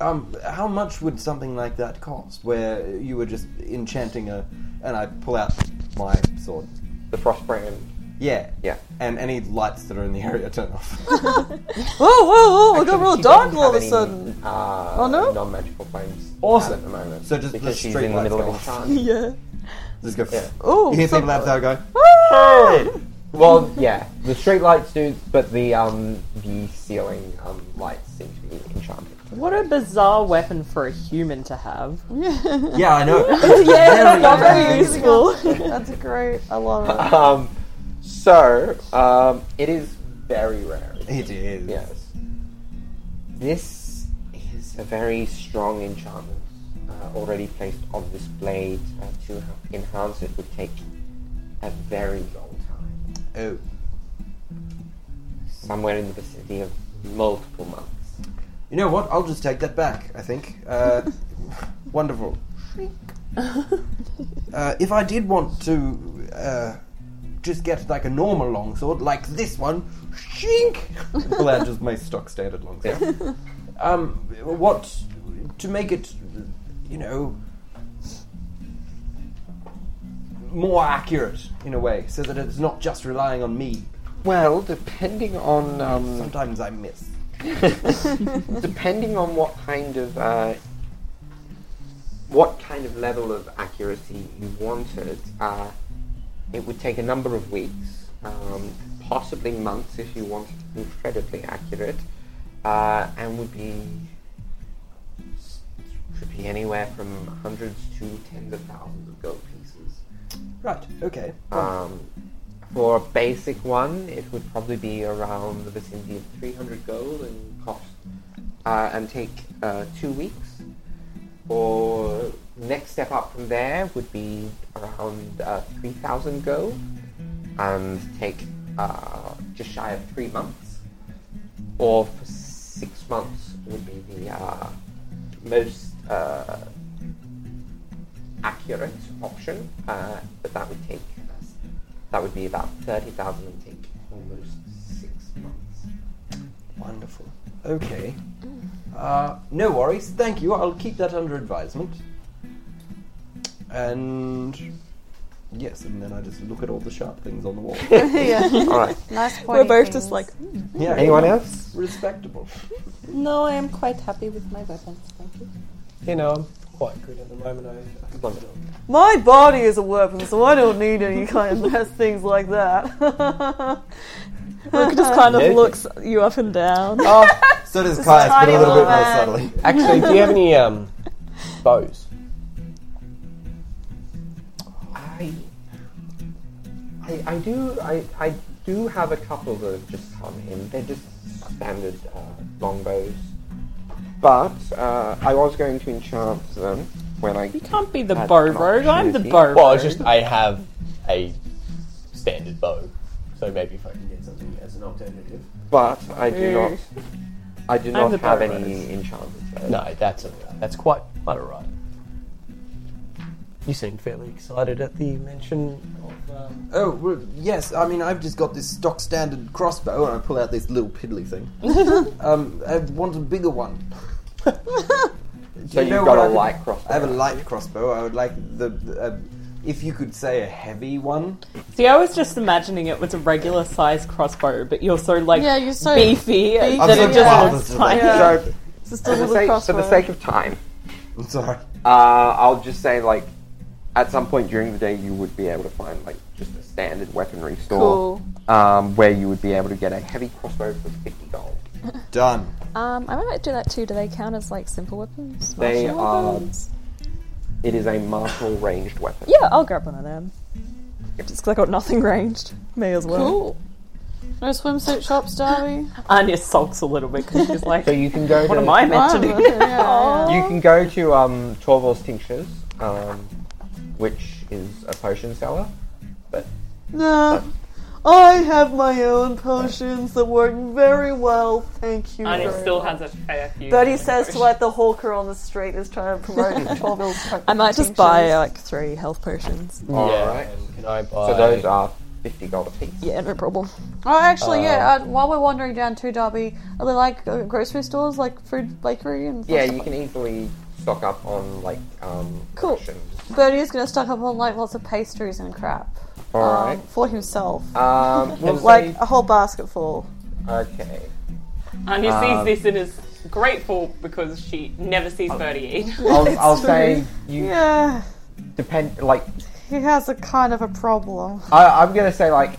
Um, how much would something like that cost? Where you were just enchanting a, and I pull out my sword. The [laughs] Frostbrand. Yeah, Yeah. And any lights that are in the area turn [laughs] off. Whoa, whoa, whoa! We got Actually, real she dark doesn't all of have a any, sudden. Uh, Oh, no? Non-magical flames Awesome. at the moment. So just because the she's in the streetlights middle going of a Yeah. [laughs] Just go. Yeah. Ooh, You hear so- people outside go. Well, yeah, the street lights do, but the um the ceiling um lights seem to be enchanted. What a bizarre weapon for a human to have. Yeah, I know. yeah, not very useful. That's great. I love it. Um, so um, it is very rare. It is. Yes. This is a very strong enchantment uh, already placed on this blade uh, to h- enhance it would take a very long time. Oh. Somewhere in the vicinity of multiple months. You know what? I'll just take that back. I think. Uh, [laughs] wonderful. uh, if I did want to uh, just get like a normal longsword, like this one, shink. well, that just my stock standard longsword. [laughs] um, what to make it, you know, more accurate in a way, so that it's not just relying on me. Well, depending on um, Sometimes I miss. [laughs] depending on what [laughs] kind of uh, what kind of level of accuracy you wanted, uh, it would take a number of weeks, um, possibly months if you wanted to be incredibly accurate, uh, and would be could be anywhere from hundreds to tens of thousands of gold pieces. Right. Okay. Um, for a basic one, it would probably be around the vicinity of 300 gold and cost, uh, and take uh, two weeks. Or next step up from there would be around uh, 3,000 gold and take uh, just shy of three months. Or for six months would be the uh, most uh, accurate option, uh, but that would take us, that would be about thirty thousand and take almost six months. Wonderful. Okay. Uh, no worries. Thank you. I'll keep that under advisement. And yes, and then I just look at all the sharp things on the wall. [laughs] [laughs] yeah. [laughs] All right. Nice point. We're both just like, yeah. Anyone else? Respectable. No, I am quite happy with my weapons, thank you. You know, I'm quite good at the moment. I, I think my body is a weapon, so I don't need any kind of mess things like [laughs] that. Rook just kind of Amazing. looks you up and down. Oh. So does Caius, but tiny a little little bit more [laughs] man. [laughs] subtly. Actually, do you have uh, any um, bows? I, I, I do, I, I do have a couple that have just come in. They're just standard uh, longbows, but uh, I was going to enchant them when I. You can't be the That's bow an rogue, I'm the opportunity. bow Well, rogue. it's just I have a standard bow, so maybe if I can get something as an alternative. But I do not. I do I'm not the have bow any enchantments. though. No, that's all right. That's quite quite all right. You seem fairly excited at the mention of. Um, Oh, well, yes. I mean, I've just got this stock standard crossbow, and I pull out this little piddly thing. um, I want a bigger one. [laughs] So You you know have what got I a could- light crossbow. I have a light crossbow. I would like the. the uh, if you could say a heavy one. See, I was just imagining it was a regular size crossbow, but you're so like yeah, you're so beefy I'm that so it proud just of looks you. tiny. Yeah. So, It's just a for the, little sake, for crossbow. the sake of time, I'm sorry. uh, I'll just say like, at some point during the day, you would be able to find like just a standard weaponry store Cool. um, where you would be able to get a heavy crossbow for fifty gold. Done. Um, I might do that too. Do they count as like simple weapons? They Martial are- weapons? It is a martial ranged weapon. Yeah, I'll grab one of them. Just 'cause I got nothing ranged. May as well. Cool. No swimsuit shops, Darby. Anya sulks a little bit [laughs] because she's like, So you can go. what to, am I meant to do Oh, yeah, yeah. You can go to um, Torval's Tinctures, um, which is a potion seller. No, I have my own potions that work very well. Thank you. Anya very still much. has a fair few. Bertie says to like the hawker on the street is trying to promote [laughs] Torvald's I might just buy like three health potions. All yeah. right. and Can I buy? So those are fifty gold apiece. Yeah, no problem. Oh, actually, yeah. Um, Uh, while we're wandering down to Derby, are there like uh, grocery stores, like food bakery and stuff? Yeah, you can easily stock up on like um, Cool. rations. Bertie is going to stock up on like lots of pastries and crap All right. um, for himself, [laughs] Um, we'll like say- a whole basket full. okay. Anya sees Um, this and is grateful because she never sees Birdie [laughs] eat. I'll, [laughs] I'll say you Yeah, depend. Like he has a kind of a problem. I, I'm gonna say like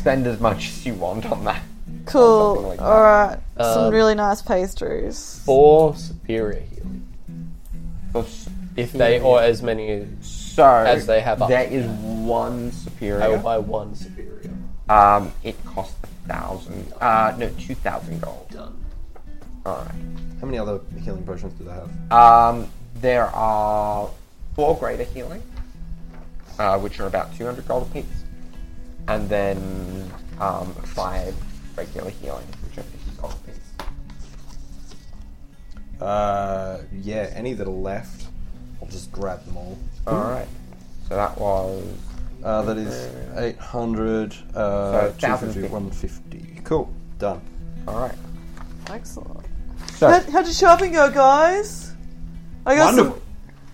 spend as much as you want on that. Cool. like that. All right. Some Um, really nice pastries. Four superior healing. If they, or as many, So As they have up. there is one I will superior. buy one superior. Um, it costs a thousand. Uh, no, two thousand gold. Done. All right. How many other healing potions do they have? Um, there are four greater healing, uh, which are about 200 gold apiece, and then um, five regular healing, which are 50 gold apiece. Uh, yeah, any that are left, I'll just grab them all. Alright, so that was. Uh, that is 800, uh, So, 1,050. 250, 150. Cool, done. Alright. Excellent. So, How, how'd your shopping go, guys? I got Wonderful. some.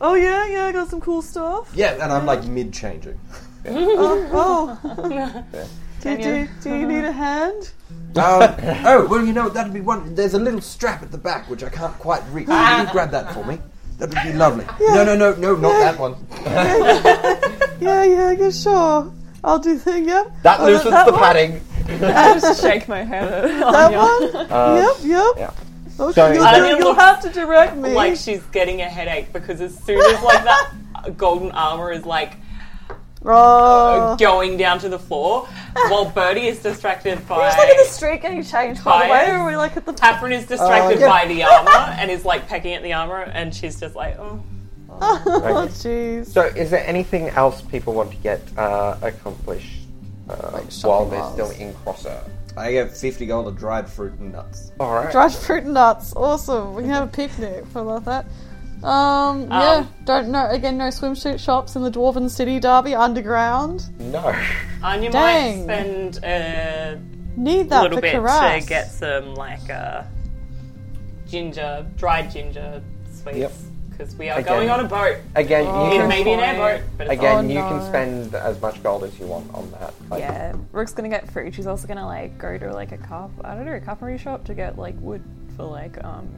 Oh yeah, yeah, I got some [laughs] cool stuff. Yeah, and I'm like mid changing. Oh, oh. [laughs] do, you- do, you- do you need a hand? [laughs] Um, oh, well, you know, that'd be one. There's a little strap at the back which I can't quite reach. [laughs] Can you grab that for me? That would be lovely. No, no, no, no, not that one. Yeah, yeah, yeah, sure. I'll do that. Yep. that Oh, loosens that the one? padding. [laughs] I [laughs] just shake my head. [laughs] That one. Uh, yep, yep. yeah. Okay, So- you'll, I Oh, do- mean, you'll look- have to direct me. like she's getting a headache because as soon as like that [laughs] golden armor is like oh, going down to the floor, while Birdie is distracted by Look at the street getting changed by the way. Bias. where are we like at the? Catherine is distracted Uh, yeah. by the armor and is like pecking at the armor, and she's just like, oh. Oh, jeez. So, is there anything else people want to get uh, accomplished uh, while shopping they're malls. still in Crosser? I get 50 gold of dried fruit and nuts. Alright. Dried fruit and nuts. Awesome. We can have a picnic. I love that. Um, yeah. Don't know. Again, no swimsuit shops in the Dwarven City Derby underground. No. Anya Dang. might spend a Need that little for bit Karas. to get some like uh, ginger, dried ginger Yep. sweets because we are Again. going on a boat. Again, you It can may be an airboat, but it's Again, Oh, you no. can spend as much gold as you want on that. Like, Yeah, Rook's gonna get fruit. She's also gonna like go to like a carp I don't know, a carpentry shop to get like wood for like um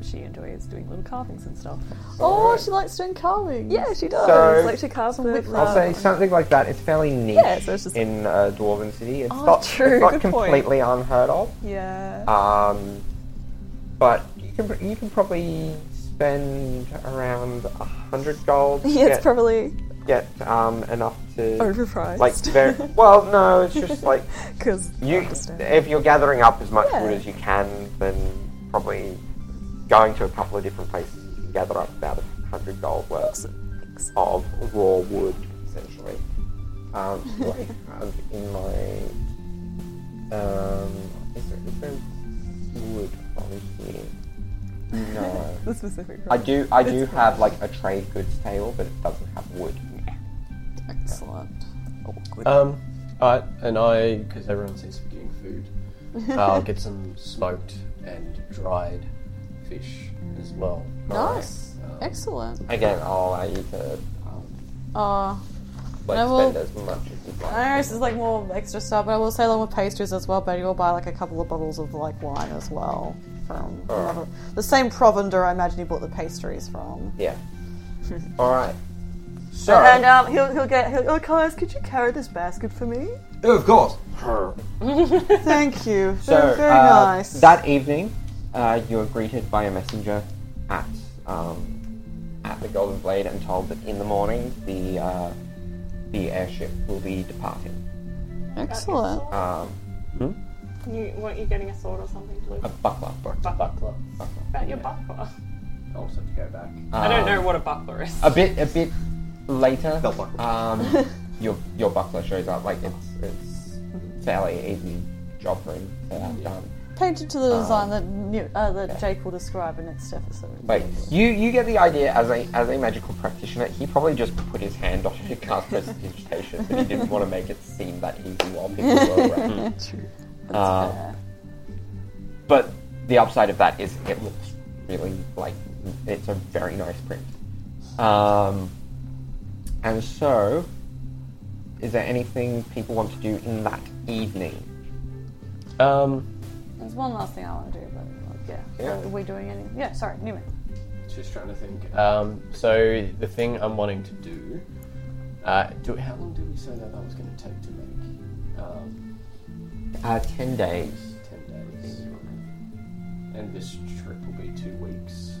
she enjoys doing little carvings and stuff. Oh, she likes doing carving. Yeah, she does. So- like she carves with I'll say um, something like that. It's fairly niche Yeah, so it's just- in uh, Dwarven City. It's Oh, not, true, it's not good point. completely unheard of. Yeah. Um, but you can you can probably spend around a hundred gold. [laughs] to yeah, it's get, probably get um, enough to overpriced. like very [laughs] well. No, it's just like because you. If you're gathering up as much Yeah. wood as you can, then probably going to a couple of different places you can gather up about a hundred gold worth of raw wood, essentially. Um, like um, in my um, is there, is there wood on here? [laughs] No, the specific. I do. I do have like a trade goods table, but it doesn't have wood. in it. Oh, Excellent. Um, alright, and I, because everyone seems to be getting [laughs] food, I'll get some smoked and dried fish as well. Nice. Excellent. Again, I'll allow you to um, Uh, like I will- spend as much as you'd like. I know this is like more extra stuff, but I will say along with pastries as well. But you'll buy like a couple of bottles of like wine as well from another, the same provender. I imagine he bought the pastries from. [laughs] Yeah. All right. So And um, he'll he'll get he'll, oh, Kaius, could you carry this basket for me? Oh, of course. [laughs] Thank you. So, very very uh, nice. That evening, uh, you were greeted by a messenger at um, at the Golden Blade and told that in the morning the uh, the airship will be departing. Excellent. Um, You, weren't you getting a sword or something? To a look buckler. Buckler. about your buckler. Also to go back. I don't know what a buckler is. Uh, um, A bit, a bit later. Belt [laughs] buckle. Um, your your buckler shows up. Like it's it's fairly easy job for him to have done. Painted to the Um, design that new, uh, that Jake will describe in next episode. Like you, you get the idea as a as a magical practitioner, he probably just put his hand on [laughs] it to cast prestidigitation, but he didn't want to make it seem that easy while people were around. Uh, but the upside of that is it looks really like it's a very nice print. Um, and so, is there anything people want to do in that evening? Um, There's one last thing I want to do, but Yeah. Yeah. So are we doing any? Yeah. Sorry, Newman. Just trying to think. Um, so the thing I'm wanting to do. Uh, do how long did we say that that was going to take to make? Um, Uh, ten days. ten days. And this trip will be two weeks.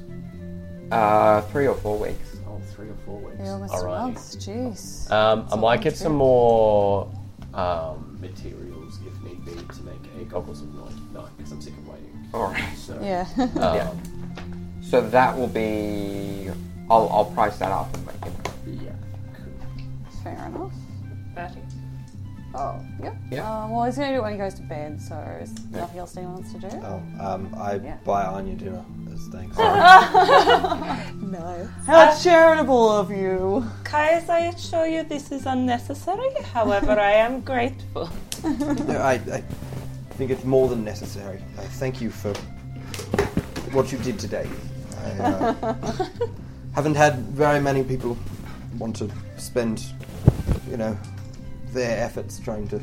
Uh, three or four weeks. Oh, three or four weeks. Yeah, almost a Alrighty. month. Jeez. Um, a I long might get trip. some more um, materials if need be to make a goggles of night night because I'm sick of waiting. All right. So yeah. um, Yeah. [laughs] So that will be. I'll, I'll price that up and make it. yeah, cool. Fair enough. Bertie? Oh. Yeah. Yeah. Uh, well, he's gonna do it when he goes to bed. So is nothing else anyone wants to do? [laughs] Oh, um, I Yeah. buy Anya dinner as thanks. How charitable of you. Kais, I assure you this is unnecessary. However, I am grateful. No, I, I think it's more than necessary. I thank you for what you did today. I [laughs] uh, haven't had very many people want to spend, you know, their efforts trying to,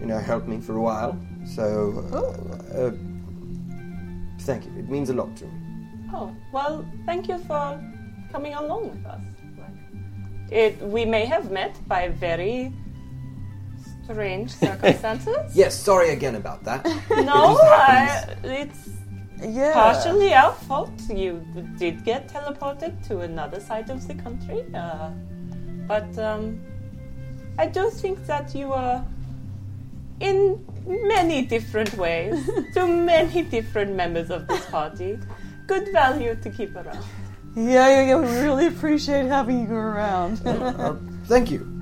you know, help me for a while. So, uh, uh, thank you. It means a lot to me. Oh, well, thank you for coming along with us. Like, It, we may have met by very strange circumstances. Yes, sorry again about that. no, I, it's Yeah. partially our fault. You did get teleported to another side of the country. Uh, but um, I do think that you are, in many different ways, to many different members of this party, good value to keep around. Yeah, yeah, yeah. We really appreciate having you around. Uh, [laughs] thank you.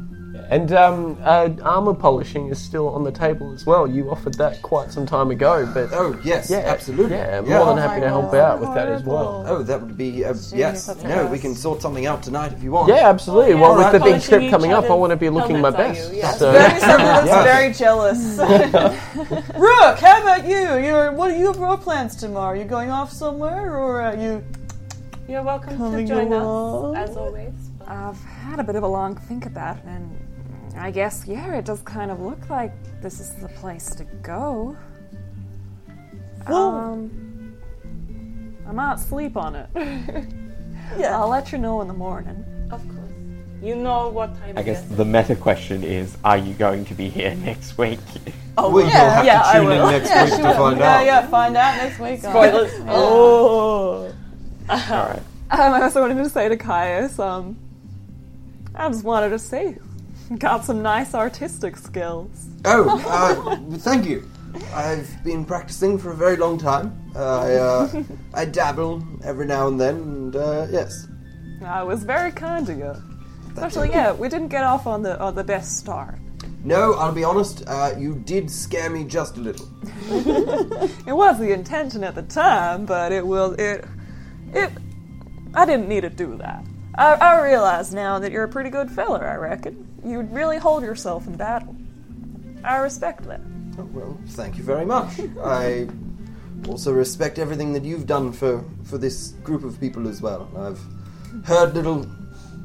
And um, uh, armor polishing is still on the table as well. You offered that quite some time ago, but Oh, yes, yeah, absolutely. yeah, I'm Yeah. more than Oh my happy to help God, out with that as well. horrible. Oh, that would be uh, yes. that's No, nice. we can sort something out tonight if you want. Yeah, absolutely. Oh, yeah. Well, with the big Polishing trip each coming up, I other's want to be looking my helmets, best. are you? Yeah. So [laughs] Very someone that's very jealous. Rook, how about you? You're what are you your plans tomorrow? You going off somewhere or are you You're welcome Coming to join along. us, as always. I've had a bit of a long think about it, and I guess, yeah, it does kind of look like this is the place to go. Um, I might sleep on it. [laughs] Yeah. I'll let you know in the morning. Of course. You know what time I it guess is. the meta question is: Are you going to be here [laughs] next week? Oh, well, you'll have yeah, to I tune in will. next Yeah, week to sure. find yeah, out. yeah, find out next [laughs] week. Spoilers. Oh. All right. Um, I also wanted to say to Caius, um, I just wanted to say, got some nice artistic skills. Oh, [laughs] [laughs] uh, thank you. I've been practicing for a very long time. I uh, [laughs] I dabble every now and then, and uh, yes. I was very kind to you. Especially, yeah, we didn't get off on the on the best start. [laughs] No, I'll be honest. Uh, you did scare me just a little. It was the intention at the time, but it will it it. I didn't need to do that. I, I realize now that you're a pretty good feller. I reckon you really hold yourself in battle. I respect that. Oh, well, thank you very much. I also respect everything that you've done for for this group of people as well. I've heard little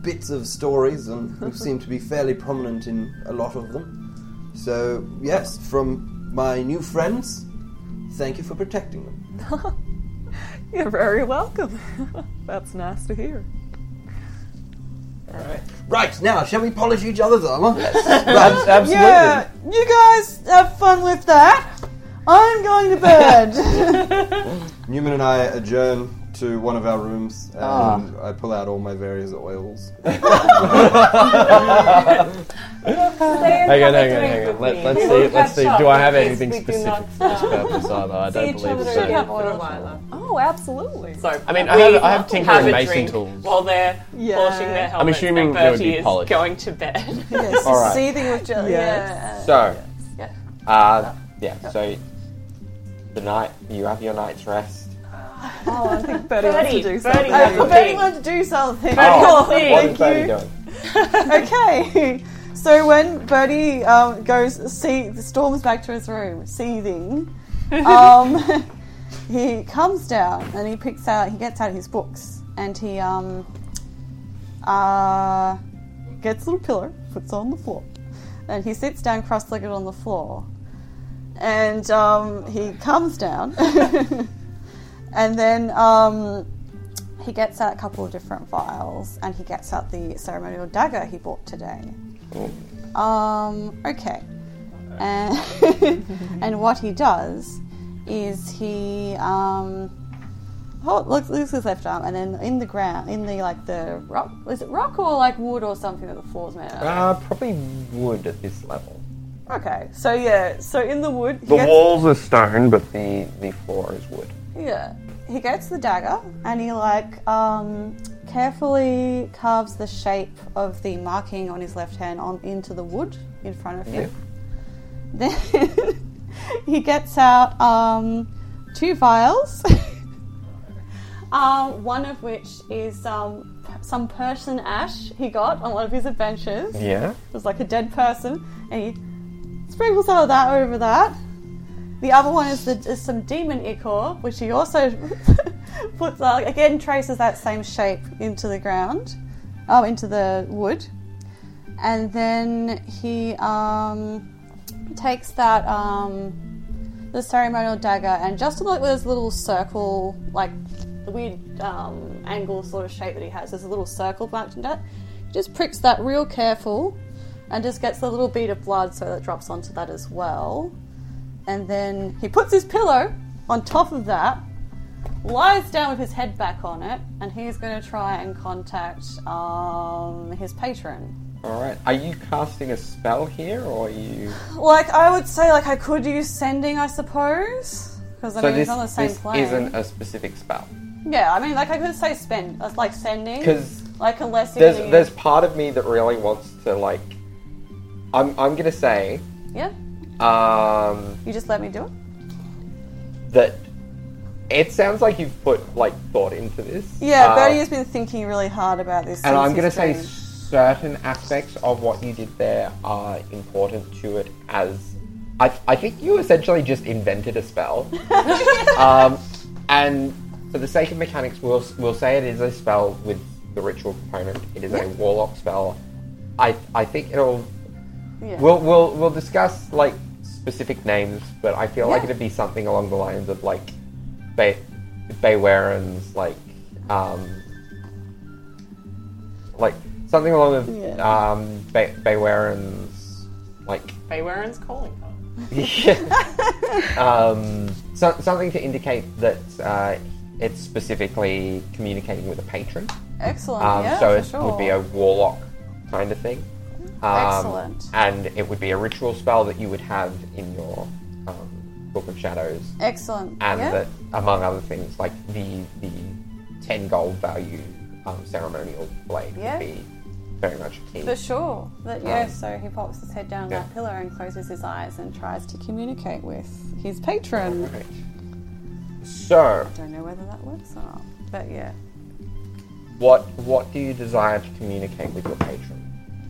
bits of stories, and you seem to be fairly prominent in a lot of them. So yes, from my new friends, thank you for protecting them. You're very welcome. [laughs] That's nice to hear. Right, now, shall we polish each other's armor? [laughs] Ab- absolutely. Yeah, you guys have fun with that. I'm going to bed. Newman and I adjourn to one of our rooms, and Ah. I pull out all my various [laughs] oils. Hang Oh Hang on, hang on, hang on. Let, let's see. Let's see. Do I have anything specific to this about this either? I don't believe so. Oh, absolutely. So I mean, I have, I have Tinker have and a Mason drink tools. while they're Yeah. polishing their helmets. assuming and there would be Bertie is polish. going to bed. [laughs] yes, All right. seething with jealousy. Yes. So, Yes. uh, yeah. So, the night you have your night's [laughs] rest. Oh, I think Betty wants to Bertie, do Bertie, something. Yeah. [laughs] Bertie. I bet you wanted to do something. Oh, what thank is Bertie [laughs] doing? okay. So when Bertie um, goes, see, storms back to his room, seething. Um, [laughs] he comes down and he picks out, he gets out his books and he um, uh, gets a little pillow, puts it on the floor, and he sits down cross-legged on the [laughs] floor. And um, he comes down And then um, he gets out a couple of different vials and he gets out the ceremonial dagger he bought today. Um, okay. And, and [laughs] what he does is he um, hold, looks, looks his left arm and then in the ground, in the like the rock, is it rock or like wood or something that the floor's made out of? Uh, probably wood at this level. Okay, so yeah, so in the wood, he The gets- walls are stone, but the, the floor is wood. Yeah. He gets the dagger and he like um, carefully carves the shape of the marking on his left hand on into the wood in front of him. Then [laughs] he gets Uh, out um, two vials, [laughs] um, one of which is um, some Persian ash he got on one of his adventures. Yeah? It was like a dead person, and he sprinkles all of that over that. The other one is, the, is some demon ichor, which he also [laughs] puts uh, again traces that same shape into the ground, oh, into the wood, and then he um, takes that um, the ceremonial dagger and just like this little circle, like the weird um, angle sort of shape that he has, there's a little circle marked in that. He just pricks that real careful, and just gets a little bead of blood so that drops onto that as well and then he puts his pillow on top of that, lies down with his head back on it, and he's going to try and contact um, his patron. Alright. Are you casting a spell here, or are you. Like I would say, like I could use sending, I suppose, because I so mean this, it's on the same this plane. isn't a specific spell. Yeah, I mean, like I could say spend, uh, like sending, Because like unless there's, you- there's part of me that really wants to, like. I'm, I'm gonna say yeah, um, you just let me do it. that it sounds like you've put, like, thought into this. Yeah, Um, Bertie has been thinking really hard about this. And since I'm his going to say dream. certain aspects of what you did there are important to it as. I, I think you essentially just invented a spell. [laughs] um, and for the sake of mechanics, we'll, we'll say it is a spell with the ritual component. It is a warlock spell. I, I think it'll. Yeah. We'll, we'll, we'll discuss, like, specific names, but I feel like Yeah. it'd be something along the lines of, like, Bay, Baywaren's, like, um, like something along with Yeah. um, Bay- Baywaren's, like Baywaren's calling [laughs] her. um, so, something to indicate that uh, it's specifically communicating with a patron. excellent. Um, yeah, so for it sure. Mm-hmm. would be a warlock kind of thing. Um, Excellent. And it would be a ritual spell that you would have in your um, book of shadows, excellent. and yeah? that among other things, like the the ten gold value um, ceremonial blade Yeah. would be very much a key. For sure. That, yeah, Um, so he pops his head down on yeah. that pillow and closes his eyes and tries to communicate with his patron. Right. So, Don't know whether that works or not, but yeah. what what do you desire to communicate with your patron?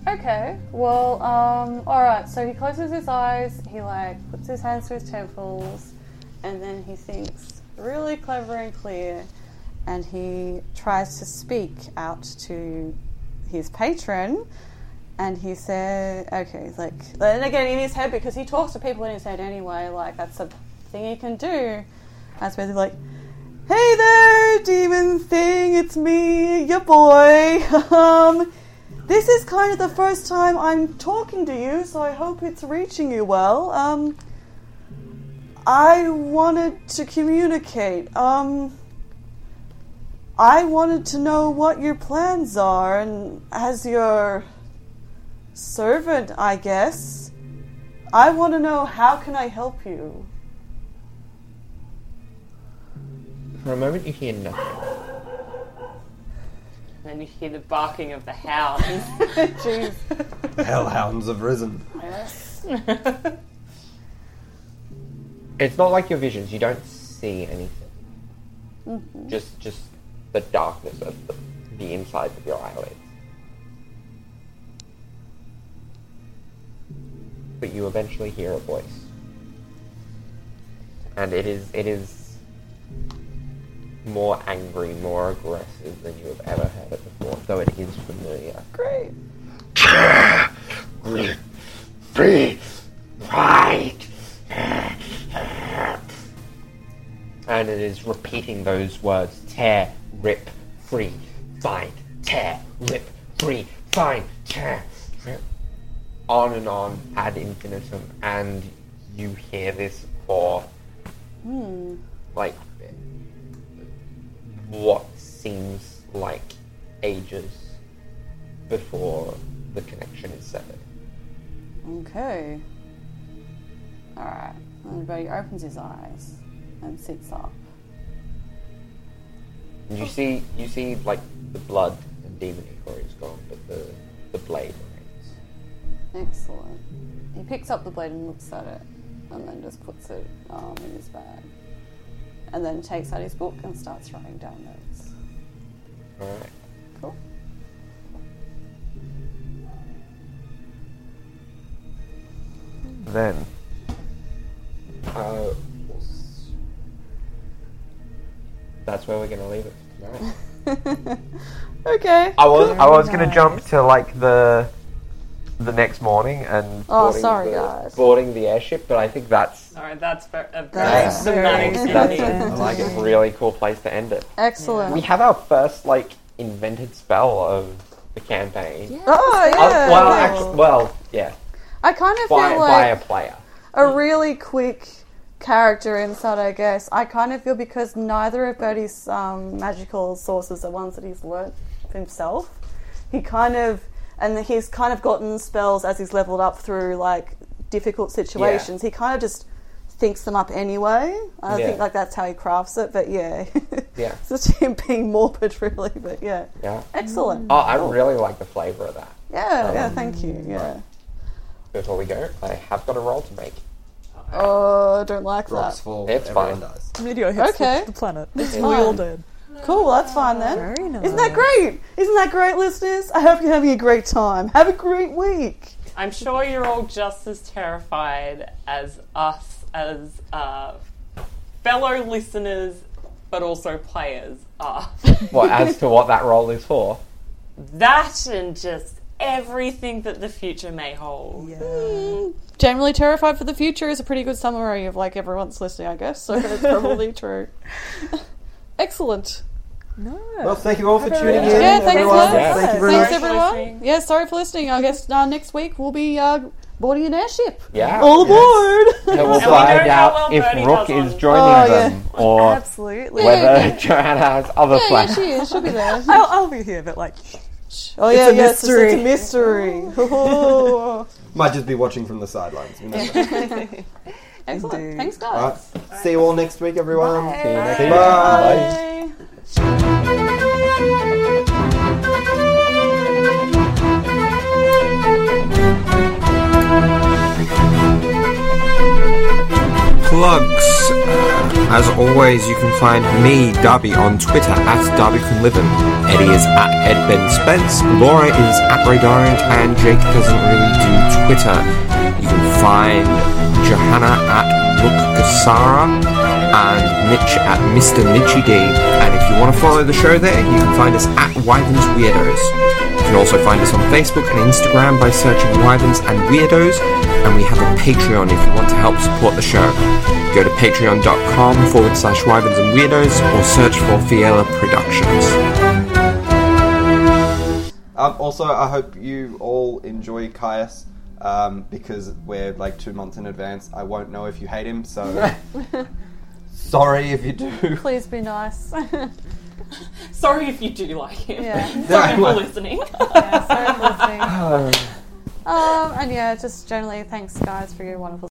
Okay, well, um, alright, so he closes his eyes, he like puts his hands to his temples, and then he thinks really clever and clear, and he tries to speak out to his patron. And he said, okay, he's like, and again, in his head, because he talks to people in his head anyway, like, that's a thing he can do. I suppose he's like, hey there, demon thing, it's me, your boy. um, this is kind of the first time I'm talking to you, so I hope it's reaching you well. Um, I wanted to communicate. Um, I wanted to know what your plans are, and as your servant, I guess, I want to know how can I help you. For a moment, you hear nothing. Then you hear the barking of [laughs] the hound. [laughs] Jeez. The hellhounds have risen. It's not like your visions; you don't see anything. Just just the darkness of the, the insides of your eyelids. But you eventually hear a voice, and it is it is more angry, more aggressive than you have ever heard it before. Though it is familiar. Great. Be right. And and it is repeating those words tear, rip, free, find, tear, rip, free, find, tear, rip. On and on ad infinitum, and you hear this for Hmm, like what seems like ages before the connection is severed. Okay. Alright. And Bertie opens his eyes and sits up. And you see, you see, like the blood and demon inquiry is gone, but the the blade remains. Excellent. He picks up the blade and looks at it and then just puts it um, in his bag. And then takes out his book and starts writing down notes. All right. Cool. Then. Uh, that's where we're gonna leave it. [laughs] for tonight. Okay. I was I was gonna jump to like the the next morning and Oh, Boarding sorry, the- guys. Boarding the airship, but I think that's Sorry, that's very, uh, That's the very nice good. ending. I like a really cool place to end it. Excellent. We have our first like invented spell of the campaign. Oh, yeah. Uh, well, actually, well, yeah, I kind of feel by, by a like player. a really quick character insert, I guess. I kind of feel because neither of Bertie's um, magical sources are ones that he's learnt himself. He kind of, and he's kind of gotten spells as he's leveled up through like difficult situations. He kind of just thinks them up anyway. I Yeah. think like that's how he crafts it, but yeah. [laughs] Yeah. it's just him being [laughs] morbid, really, but yeah. Yeah. Excellent. Oh, I really like the flavour of that. Um, Yeah, yeah, thank you. Yeah. Before we go, I have got a roll to make. Oh, I don't like Drops that. fall. It's fine. everyone dies. Meteor hits Okay. the planet. We all did. Cool, well, that's fine then. Isn't that great? Isn't that great, listeners? I hope you're having a great time. Have a great week. I'm sure you're all just as terrified as us, as uh, fellow listeners, but also players are. [laughs] Well, as to what that roll is for, that and just everything that the future may hold. Mm, Generally terrified for the future is a pretty good summary of like everyone's listening, I guess. So [laughs] it's probably true. Excellent. Well, thank you all for tuning in. Yeah, thanks, everyone. guys. Thank you very Thanks much. everyone. Yeah, sorry for listening. I guess uh, next week we'll be uh, boarding an airship. yeah. All [laughs] aboard! So we'll And we don't find know how out well if Bernie Rook does is on- joining Oh, yeah. them or Absolutely. whether [laughs] Joanna has other yeah, yeah, plans. she is. She'll be there. [laughs] I'll, I'll be here, but like, Oh yeah, a yes, it's- it's a mystery. mystery. [laughs] [laughs] Oh. Might just be watching from the sidelines. You never know. Excellent. Indeed. Thanks, guys. All right. See you all next week, everyone. See you next week. Bye. plugs. Uh, as always, you can find me, Darby, on Twitter at Darby from Livin. Eddie is at Ed Ben Spence. Laura is at Ray Darian, and Jake doesn't really do Twitter. You can find Johanna at Look Gasara and Mitch at Mr. Mitchy D. And if you want to follow the show there, you can find us at Wyverns Weirdos. You can also find us on Facebook and Instagram by searching Wyverns and Weirdos, and we have a Patreon if you want to help support the show. Go to patreon.com forward slash wyverns and weirdos or search for Fiela Productions. Um, also, I hope you all enjoy Caius um, because we're like two months in advance. I won't know if you hate him, so sorry if you do. Please be nice. Sorry if you do like him. yeah. Sorry [laughs] for listening. [laughs] [laughs] yeah sorry for listening. um, and yeah, just generally, thanks guys for your wonderful.